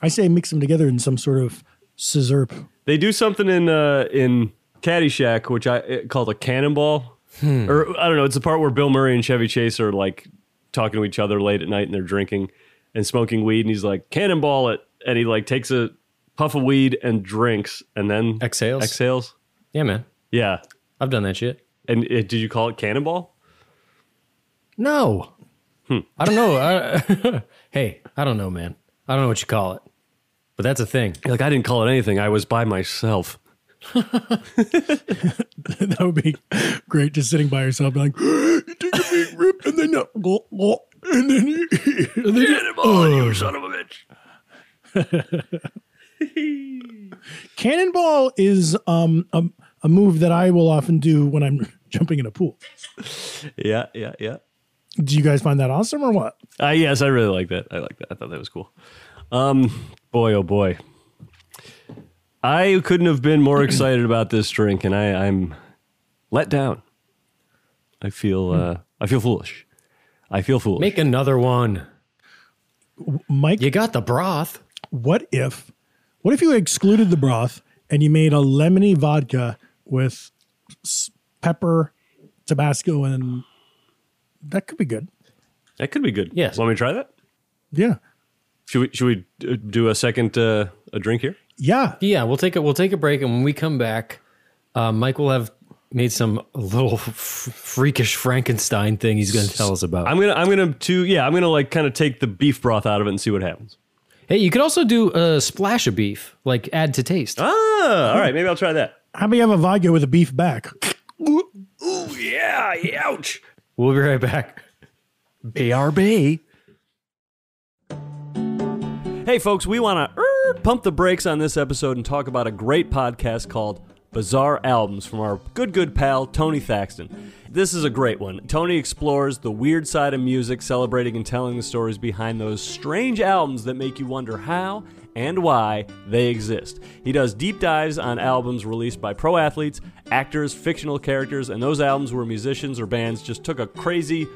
I say mix them together in some sort of scissorp.
They do something in uh, in Caddyshack, which I it, called a cannonball,
Hmm.
or I don't know. It's the part where Bill Murray and Chevy Chase are like talking to each other late at night, and they're drinking and smoking weed, and he's like cannonball it, and he like takes a puff of weed and drinks, and then
exhales.
Exhales.
Yeah, man.
Yeah,
I've done that shit.
And uh did you call it cannonball?
No. I don't know. I, *laughs* hey, I don't know, man. I don't know what you call it, but that's a thing.
Like I didn't call it anything. I was by myself.
*laughs* that would be great just sitting by yourself being like *gasps* you take a big rip and then you and then you *laughs* and then you, Oh,
you son of a bitch.
Cannonball is um a, a move that I will often do when I'm *laughs* jumping in a pool.
Yeah, yeah, yeah.
Do you guys find that awesome or what?
Uh, yes, I really like that. I like that. I thought that was cool. Um, boy, oh boy, I couldn't have been more excited about this drink, and I, I'm let down. I feel, uh, I feel foolish. I feel foolish.
Make another one.
Mike,
you got the broth.
What if what if you excluded the broth and you made a lemony vodka with s- pepper, Tabasco and that could be good.
That could be good. Yes. Want me to try that?
Yeah.
Should we? Should we uh, do a second uh, a drink here?
Yeah.
Yeah, we'll take a we'll take a break, and when we come back, uh, Mike will have made some little *laughs* f- freakish Frankenstein thing he's going to tell us about.
I'm gonna, I'm gonna do. Yeah, I'm gonna like kind of take the beef broth out of it and see what happens.
hey, you could also do a splash of beef, like add to taste.
Ah, all right. Maybe I'll try that.
How about you have a vodka with a beef back?
Ooh, yeah. Ouch.
We'll be right back. BRB.
Hey, folks, we want to pump the brakes on this episode and talk about a great podcast called Bizarre Albums from our good, good pal, Tony Thaxton. This is a great one. Tony explores the weird side of music, celebrating and telling the stories behind those strange albums that make you wonder how and why they exist. He does deep dives on albums released by pro athletes, actors, fictional characters, and those albums where musicians or bands just took a crazy,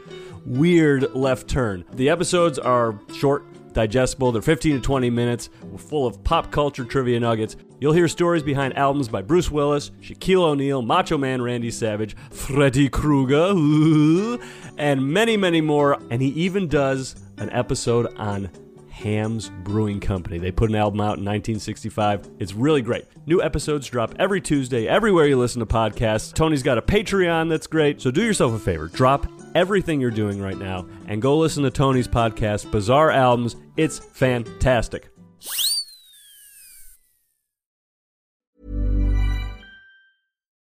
weird left turn. The episodes are short, digestible. They're 15 to 20 minutes, full of pop culture trivia nuggets. You'll hear stories behind albums by Bruce Willis, Shaquille O'Neal, Macho Man Randy Savage, Freddy Krueger, *laughs* ooh, and many, many more. And he even does an episode on Hams Brewing Company. They put an album out in 1965. It's really great. New episodes drop every Tuesday, everywhere you listen to podcasts. Tony's got a Patreon that's great. So do yourself a favor drop everything you're doing right now and go listen to Tony's podcast, Bizarre Albums. It's fantastic.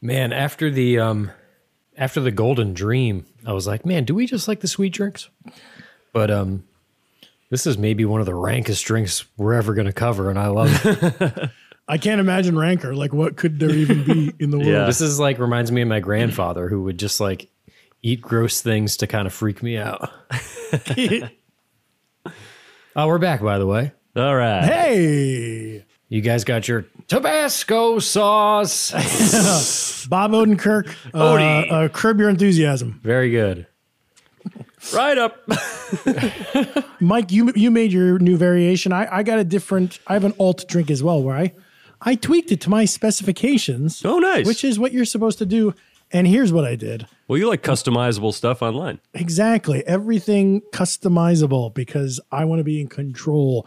Man, after the um after the golden dream, I was like, man, do we just like the sweet drinks? But um this is maybe one of the rankest drinks we're ever gonna cover, and I love it.
I can't imagine rancor. Like, what could there even be in the world?
This is like reminds me of my grandfather who would just like eat gross things to kind of freak me out. *laughs* oh, we're back by the way.
All right.
Hey.
You guys got your Tabasco sauce.
Bob Odenkirk, uh,
Oh,
Odie.
uh, curb your enthusiasm.
Very *laughs* good.
Right up.
Mike, you you made your new variation. I, I got a different. I have an alt drink as well, where I I tweaked it to my specifications.
Oh, nice.
Which is what you're supposed to do. And here's what I did.
Well, you like customizable stuff online.
Exactly. Everything customizable because I want to be in control.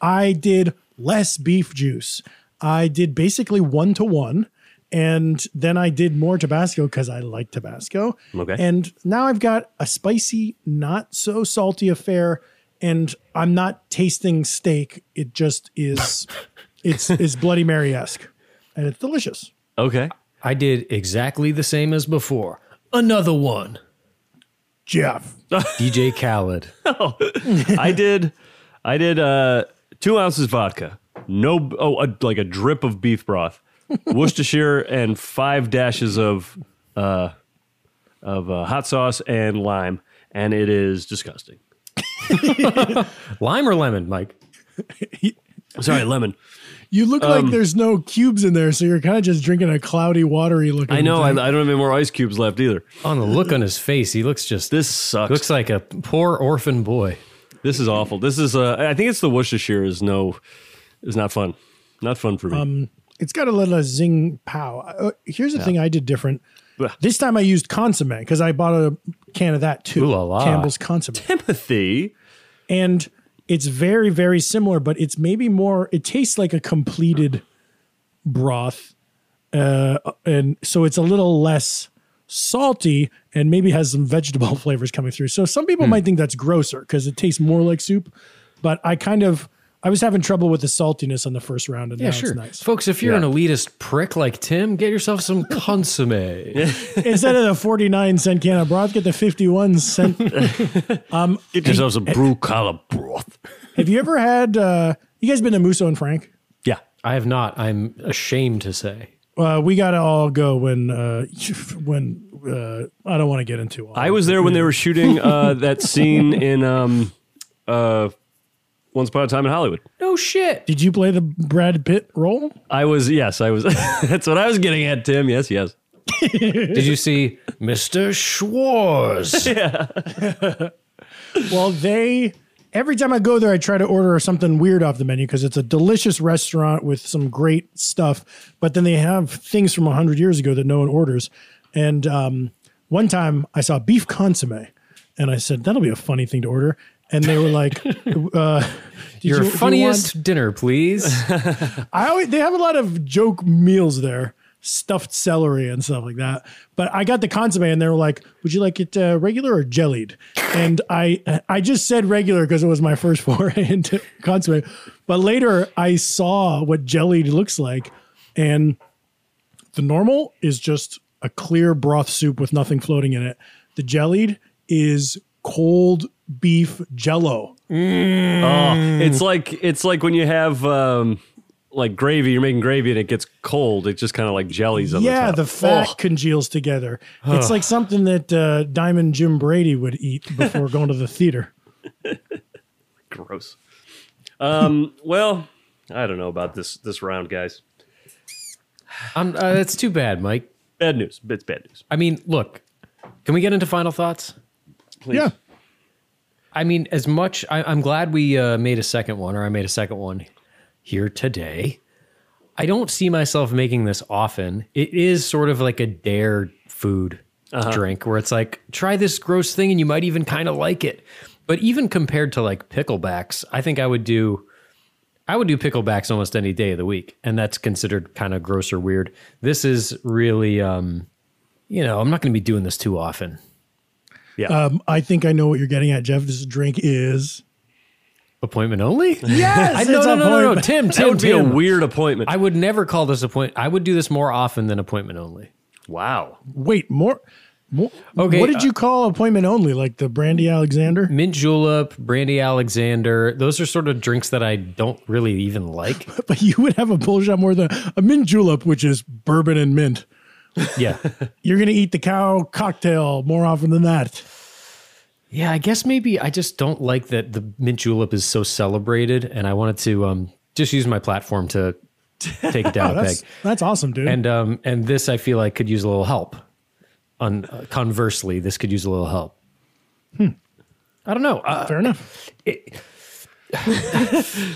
I did less beef juice. I did basically one to one. And then I did more Tabasco because I like Tabasco.
Okay.
And now I've got a spicy, not so salty affair. And I'm not tasting steak. It just is, it's, it's Bloody Mary esque. And it's delicious.
Okay.
I did exactly the same as before. Another one.
Jeff.
DJ E Khaled.
I did, I did uh, two ounces vodka, no, oh, a, like a drip of beef broth, Worcestershire, and five dashes of, uh, of uh, hot sauce and lime, and it is disgusting.
Lime or lemon, Mike?
Sorry, lemon.
You look
Um,
like there's no cubes in there, so you're kind of just drinking a cloudy, watery looking.
I know. I,
Thing.
I don't have any more ice cubes left either.
On the look on his face, he looks just.
This sucks.
Looks like a poor orphan boy.
This is awful. This is. Uh, I think it's the Worcestershire is no, is not fun. Not fun for me.
um, it's got a little zing pow. Uh, here's the
Yeah.
thing I did different.
Blech.
This time I used consomme because I bought a can of that too.
Ooh la la.
Campbell's consomme.
Timothy.
And it's very, very similar, but it's maybe more, it tastes like a completed broth. Uh, and so it's a little less salty and maybe has some vegetable *laughs* flavors coming through. So some
Hmm.
people might think that's grosser because it tastes more like soup, but I kind of, I was having trouble with the saltiness on the first round, and
Yeah,
now
sure.
it's nice.
Folks, if you're
Yeah.
an elitist prick like Tim, get yourself some consomme.
Instead of the 49 cent can of broth, get the
*laughs*
51 cent. Um,
Get yourself some brew collar broth.
have you ever had, uh, you guys been to Musso and Frank?
Yeah.
I have not. I'm ashamed to say.
Uh, we gotta all go when uh, *laughs* when uh, I don't want to get into all.
I was there when they were shooting uh, that scene in um, uh, Once Upon a Time in Hollywood.
No shit.
Did you play the Brad Pitt role?
I was. Yes, I was. *laughs* that's what I was getting at, Tim. Yes, yes.
Did you see Mr.
*laughs*
Schwartz?
yeah.
well, they every time I go there, I try to order something weird off the menu because it's a delicious restaurant with some great stuff. But then they have things from hundred years ago that no one orders. And um, one time, I saw beef consomme, and I said that'll be a funny thing to order. And they were like, *laughs* uh, did
Your
you- do you want-
funniest dinner, please.
I always they have a lot of joke meals there, stuffed celery and stuff like that. But I got the consomme, and they were like, "Would you like it uh, regular or jellied?" And I I just said regular because it was my first *laughs* foray into consomme. But later I saw what jellied looks like, and the normal is just a clear broth soup with nothing floating in it. The jellied is cold beef jello.
Oh, it's like it's like when you have um, like gravy. You're making gravy and it gets cold. It just kind of like jellies on
yeah,
the top.
the fat
Oh.
congeals together. It's like something that uh, Diamond Jim Brady would eat before going to
*laughs*
the theater.
Gross. Um, well, I don't know about this this round, guys.
I'm, uh, that's too bad, Mike.
Bad news. It's bad news.
I mean, look, can we get into final thoughts?
Please. Yeah.
I mean, as much, I, I'm glad we uh, made a second one, or I made a second one here today. I don't see myself making this often. It is sort of like a dare food drink where it's like, try this gross thing and you might even kind of like it. But even compared to like picklebacks, I think I would do I would do picklebacks almost any day of the week, and that's considered kind of gross or weird. This is really, um, you know, I'm not going to be doing this too often.
Yeah.
Um, I think I know what you're getting at, Jeff. This drink is
appointment only.
*laughs* Yes,
I, no,
it's
no, no, no, no,
appointment.
Tim, Tim,
That would be a
Tim.
weird appointment.
I would never call this appointment. I would do this more often than appointment only.
Wow.
Wait, more. more
Okay,
What did
uh,
you call appointment only? Like the Brandy Alexander? *laughs*
Mint julep, brandy Alexander. Those are sort of drinks that I don't really even
*laughs*
like.
But you would have a bullshot more than a mint julep, which is bourbon and mint.
Yeah.
You're going to eat the cow cocktail more often than that.
Yeah, I guess maybe I just don't like that the mint julep is so celebrated, and I wanted to um, just use my platform
*laughs*
to take it
Wow,
down a peg.
that's, that's awesome, dude.
And um, and this I feel like could use a little help. On conversely, this could use a little help.
Hmm.
I don't know. Uh,
Fair enough.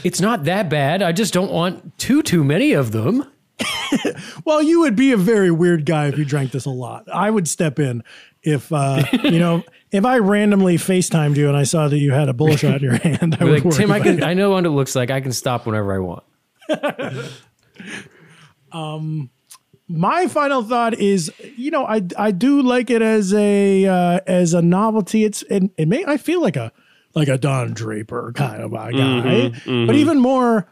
It's not that bad. I just don't want too too many of them.
Well, you would be a very weird guy if you drank this a lot. I would step in
*laughs*
if uh, you know if I randomly FaceTimed you and I saw that you had a bullshot in your *laughs* hand. I
Be
would
like
worry
Tim, I
about
can.
it.
I know what it looks like. I can stop whenever I want.
Um, my final thought is, you know, I I do like it as a uh, as a novelty. It's it, it may I feel like a like a Don Draper kind of a guy,
Mm-hmm,
Mhm,
but
mhm.
even more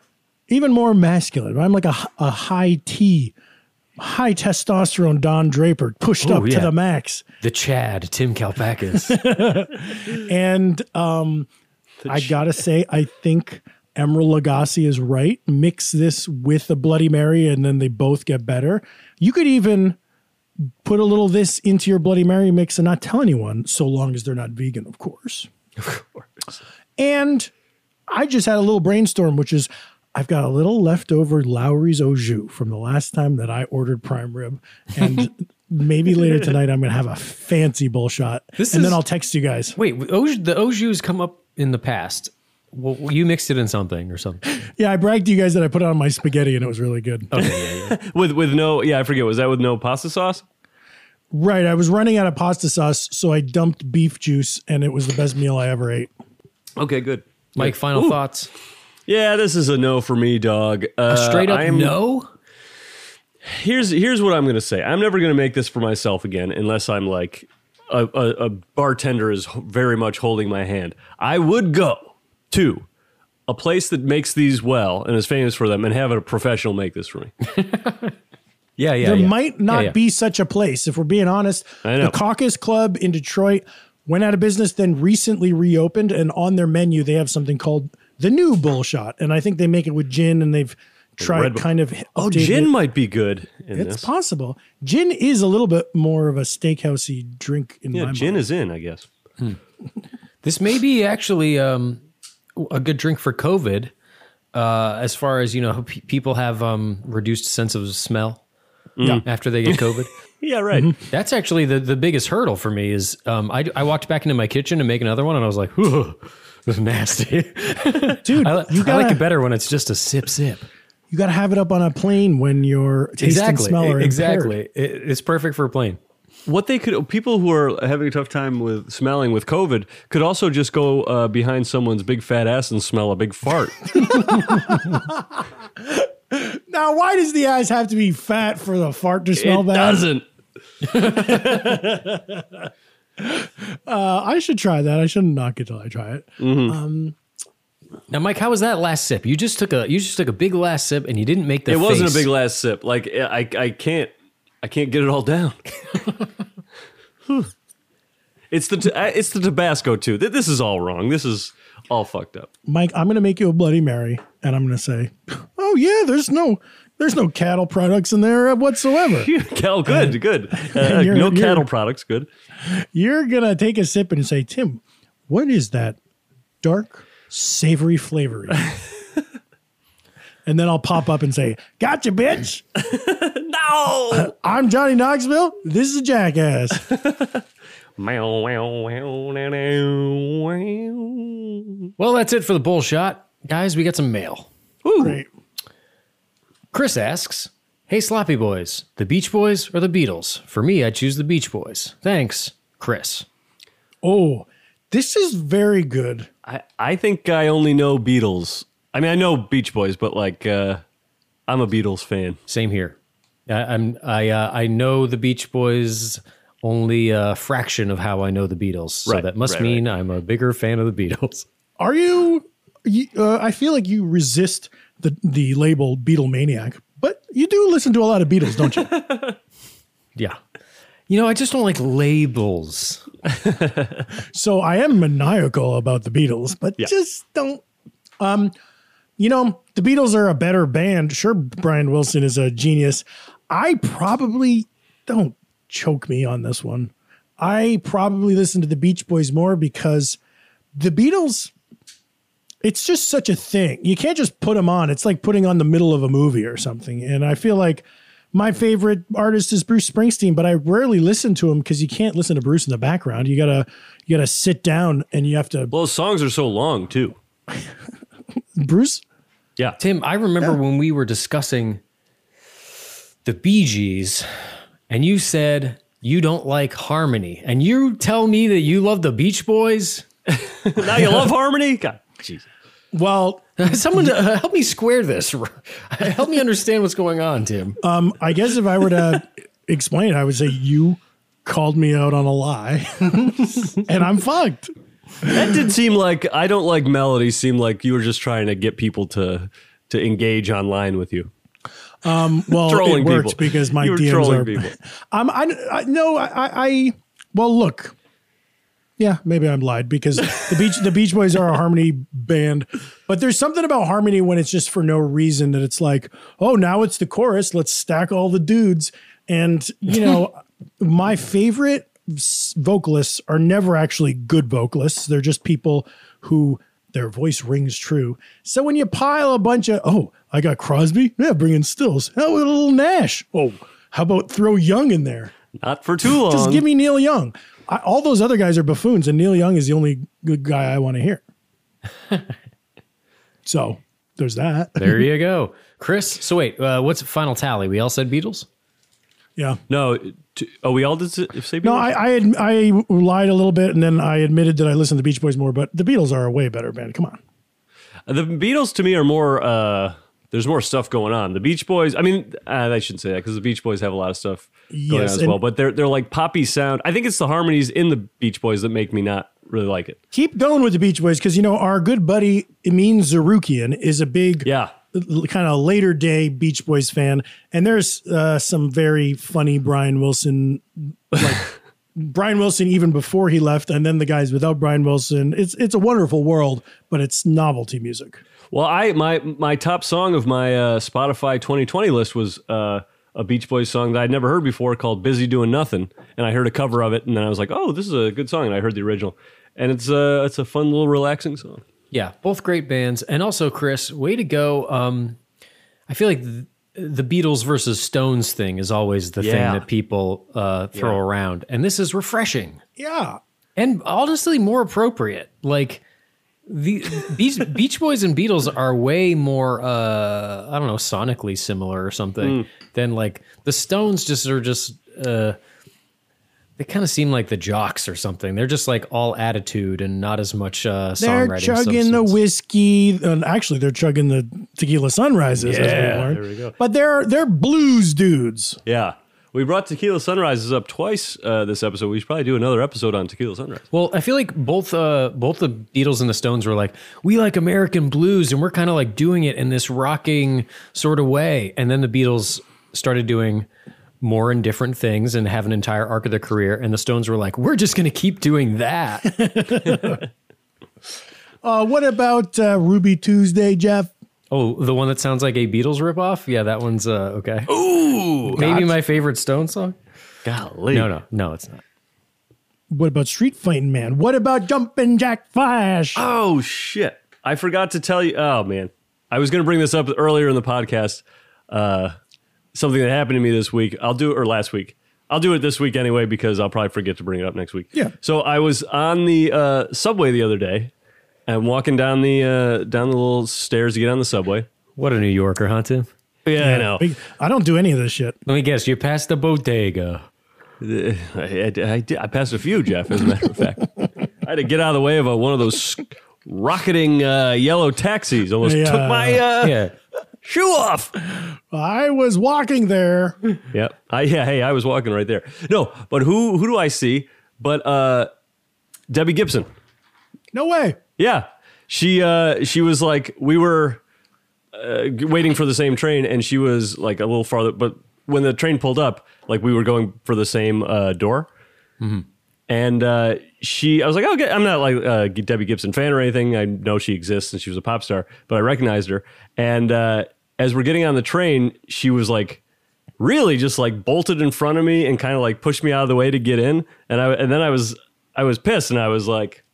even more masculine. I'm like a h- a high T, high testosterone Don Draper pushed
Ooh,
up
yeah.
to the max.
The Chad, Tim
*laughs*
Kalpakis.
and um, I gotta say, I think Emerald Lagasse is right. Mix this with a Bloody Mary, and then they both get better. You could even put a little of this into your Bloody Mary mix and not tell anyone, so long as they're not vegan, of course. And I just had a little brainstorm, which is I've got a little leftover Lowry's au jus from the last time that I ordered prime rib.
*laughs*
And maybe later tonight I'm going to have a fancy bull shot.
This
and then
is-
I'll text you guys.
Wait, au- the au jus come up in the past. Well, you mixed it in something or something.
Yeah, I bragged to you guys that I put it on my spaghetti and it was really good.
with with no yeah, I forget. Was that with no pasta sauce?
Right. I was running out of pasta sauce, so I dumped beef juice and it was the best meal I ever ate.
Okay, good.
Mike, final
Ooh.
thoughts.
Yeah, this is a no for me, dog. Uh,
straight up no?
Here's here's what I'm gonna say. I'm never gonna make this for myself again unless I'm like a, a, a bartender is h- very much holding my hand. I would go to a place that makes these well and is famous for them and have a professional make this for me. yeah, yeah.
there
yeah.
might not
Yeah, yeah.
be such a place if we're being honest.
I know.
The Caucus Club in Detroit went out of business, then recently reopened, and on their menu they have something called the New Bullshot, and I think they make it with gin, and they've tried
Red Bull.
kind of
*laughs* Oh,
updated
gin
it.
might be good in
It's
this.
possible. Gin is a little bit more of a steakhousey drink in
yeah,
my
gin
mind.
is in, I guess.
This may be actually um, a good drink for COVID, uh, as far as you know, pe- people have um, reduced sense of smell
Yeah.
after they get COVID.
Yeah, right.
That's actually the, the biggest hurdle for me is um, I, I walked back into my kitchen to make another one, and I was like, "Whoa, *laughs* this is nasty,
dude."
I, li-
you
I like
gotta-
it better when it's just a sip,
*laughs*
sip.
You got to have it up on a plane when your taste and smell are impaired.
exactly. It- it's perfect for a plane.
What they could people who are having a tough time with smelling with COVID could also just go uh, behind someone's big fat ass and smell a big *laughs* fart.
Now, why does the ass have to be fat for the fart to smell
it
bad?
doesn't.
Uh, I should try that. I shouldn't knock it till I try it.
Mhm.
Um,
Now, Mike, how was that last sip? You just took a you just took a big last sip, and you didn't make the.
it wasn't a
face.
big last sip. Like I, I can't, I can't get it all down. *laughs* it's the t- I- it's the Tabasco too. Th- This is all wrong. This is all fucked up. *laughs*
Mike, I'm going to make you a Bloody Mary, and I'm going to say, "Oh yeah, there's no, there's no cattle products in there whatsoever."
Cal, good, good. Uh,
You're-
no
you're-
cattle products. Good.
You're gonna take a sip and say, "Tim, what is that dark, savory flavoring?" and then I'll pop up and say, "Gotcha, bitch." no, *laughs* I'm Johnny Knoxville. This is a jackass.
Meow, meow, meow, meow, meow, meow.
Well, that's it for the bull shot, guys. We got some mail.
Ooh.
Chris asks, "Hey, sloppy boys, the Beach Boys or the Beatles? For me, I choose the Beach Boys. Thanks, Chris."
Oh, this is very good.
I, I think I only know Beatles. I mean, I know Beach Boys, but like, uh, I'm a Beatles fan.
Same here. I, I'm I uh, I know the Beach Boys only a fraction of how I know the Beatles, so
Right,
that must
right,
mean I'm a bigger fan of the Beatles. *laughs*
Are you? you uh, I feel like you resist the the label Beatlemaniac, but you do listen to a lot of Beatles, don't you?
Yeah. You know, I just don't like labels.
so I am maniacal about the Beatles, but just don't. Um, you know, the Beatles are a better band. Sure, Brian Wilson is a genius. I probably don't choke me on this one. I probably listen to the Beach Boys more because the Beatles. It's just such a thing. You can't just put them on. It's like putting on the middle of a movie or something. And I feel like my favorite artist is Bruce Springsteen, but I rarely listen to him because you can't listen to Bruce in the background. You gotta you gotta sit down and you have to
Well, his songs are so long too.
Bruce.
Yeah.
Tim, I remember when we were discussing the Bee Gees and you said you don't like harmony. And you tell me that you love the Beach Boys? *laughs*
now you love harmony? God, Jesus.
Well,
someone uh, help me square this. *laughs* help me understand what's going on, Tim.
Um, I guess if I were
*laughs*
to explain it, I would say you called me out on a lie, *laughs* and I'm fucked.
That did seem like I don't like melody. Seemed like you were just trying to get people to to engage online with you.
Um, well,
Trolling
it worked
people.
because my
*laughs* You were
DMs
trolling
are. *laughs*
people.
Um, I, I no, I, I. Well, look. Yeah, maybe I'm lied because the beach the Beach Boys are a harmony band, but there's something about harmony when it's just for no reason that it's like, oh, now it's the chorus, let's stack all the dudes, and you know, my favorite s- vocalists are never actually good vocalists. They're just people who their voice rings true. So when you pile a bunch of, oh, I got Crosby, yeah, bring in Stills, how about a little Nash? Oh, how about throw Young in there?
Not for too long.
Just give me Neil Young. I, all those other guys are buffoons, and Neil Young is the only good guy I want
*laughs*
to hear. so there's that.
*laughs* There you go. Chris, so wait, uh, what's final tally? We all said Beatles?
Yeah.
No. T- oh, we all did s- say
No, I I, had, I lied a little bit, and then I admitted that I listened to the Beach Boys more. But the Beatles are a way better band. Come on.
Uh, The Beatles to me are more. uh There's more stuff going on. The Beach Boys. I mean, uh, I shouldn't say that because the Beach Boys have a lot of stuff going
Yes,
on as
and-
well. But they're they're like poppy sound. I think it's the harmonies in the Beach Boys that make me not really like it.
Keep going with the Beach Boys because you know our good buddy Emin Zarukian is a big
yeah
kind of later day Beach Boys fan, and there's uh, some very funny Brian Wilson like *laughs* Brian Wilson even before he left, and then the guys without Brian Wilson. It's it's a wonderful world, but it's novelty music.
Well, I my my top song of my uh, Spotify 2020 list was uh, a Beach Boys song that I'd never heard before called "Busy Doing Nothing," and I heard a cover of it, and then I was like, "Oh, this is a good song," and I heard the original, and it's a it's a fun little relaxing song.
Yeah, both great bands. And also, Chris, way to go. Um, I feel like th- the Beatles versus Stones thing is always the
Yeah.
thing that people uh, throw
Yeah.
around. And this is refreshing
Yeah.
and honestly more appropriate. Like, the
*laughs*
Beach, Beach Boys and Beatles are way more, uh, I don't know, sonically similar or something
Mm.
than like the Stones just are just, uh, they kind of seem like the jocks or something. They're just like all attitude and not as much uh,
They're
songwriting.
chugging
substance.
the whiskey, and actually they're chugging the tequila sunrises. as we
Yeah,
learned.
there we go.
But they're they're blues dudes.
Yeah, we brought Tequila Sunrises up twice uh, this episode. We should probably do another episode on Tequila Sunrise.
Well, I feel like both uh, both the Beatles and the Stones were like, we like American blues, and we're kind of like doing it in this rocking sort of way. And then the Beatles started doing more and different things and have an entire arc of their career. And the Stones were like, we're just going to keep doing that.
Uh, what about uh, Ruby Tuesday, Jeff?
oh, the one that sounds like a Beatles ripoff? Yeah, that one's uh, okay. Ooh, maybe
God.
my favorite Stone song.
Golly,
no, no, no, it's not.
What about Street Fighting Man? What about Jumpin' Jack Flash?
Oh shit! I forgot to tell you. Oh man, I was going to bring this up earlier in the podcast. Uh, something that happened to me this week. I'll do it or last week. I'll do it this week anyway because I'll probably forget to bring it up next week.
Yeah.
So I was on the uh, subway the other day. and walking down the uh, down the little stairs to get on the subway.
What a New Yorker, huh, Tim?
Yeah, I know.
Big- I don't do any of this shit.
Let me guess, you passed the bodega.
Uh, I, I- I did- I passed a few, Jeff. As a matter of fact, I had to get out of the way of a, one of those rocketing uh, yellow taxis. Almost
Yeah.
took my uh,
Yeah.
shoe off.
I was walking there.
Yep. I, yeah. Hey, I was walking right there. No, but who who do I see? But uh, Debbie Gibson.
No way.
Yeah. She uh, she was like we were uh, waiting for the same train, and she was like a little farther, but when the train pulled up, like we were going for the same uh, door, and uh, she, I was like, okay, I'm not like a Debbie Gibson fan or anything. I know she exists and she was a pop star, but I recognized her. And uh, as we're getting on the train, she was like, really just like bolted in front of me and kind of like pushed me out of the way to get in. And I and then I was I was pissed and I was like,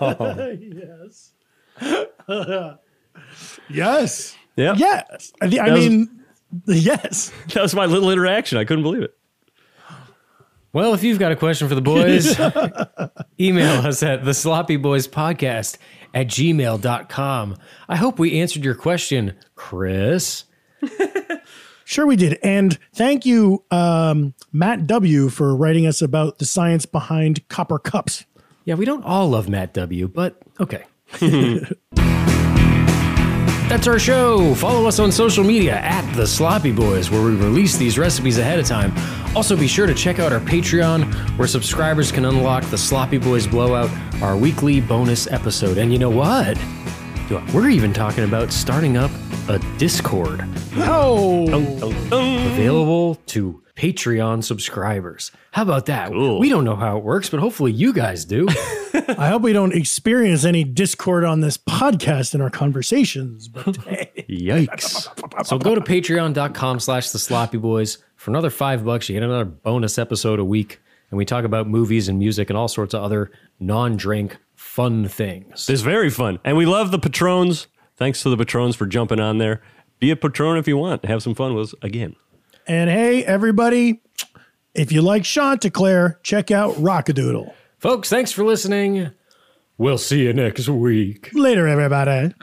yes. yes.
yeah,
Yes. I, thi- I
That was-
mean, *laughs* yes.
*laughs* That was my little interaction. I couldn't believe it.
Well, if you've got a question for the boys, email us at the sloppy boys podcast at gmail.com. I hope we answered your question, Chris.
Sure, we did. And thank you, um, Matt W., for writing us about the science behind copper cups.
Yeah, we don't all love Matt W., but okay. *laughs* That's our show. Follow us on social media at The Sloppy Boys, where we release these recipes ahead of time. Also, be sure to check out our Patreon, where subscribers can unlock The Sloppy Boys Blowout, our weekly bonus episode. And you know what? We're even talking about starting up a Discord
No.
available to Patreon subscribers. How about that? We don't know how it works, but hopefully you guys do.
I hope we don't experience any discord on this podcast in our conversations. But
Yikes. so go to patreon.com slash the sloppy boys. For another five bucks, you get another bonus episode a week. And we talk about movies and music and all sorts of other non-drink fun things.
It's very fun. And we love the patrons. Thanks to the patrons for jumping on there. Be a patron if you want. Have some fun with us again.
and hey, everybody, if you like Chanticleer, check out Rockadoodle.
Folks, thanks for listening. We'll see you next week.
Later, everybody.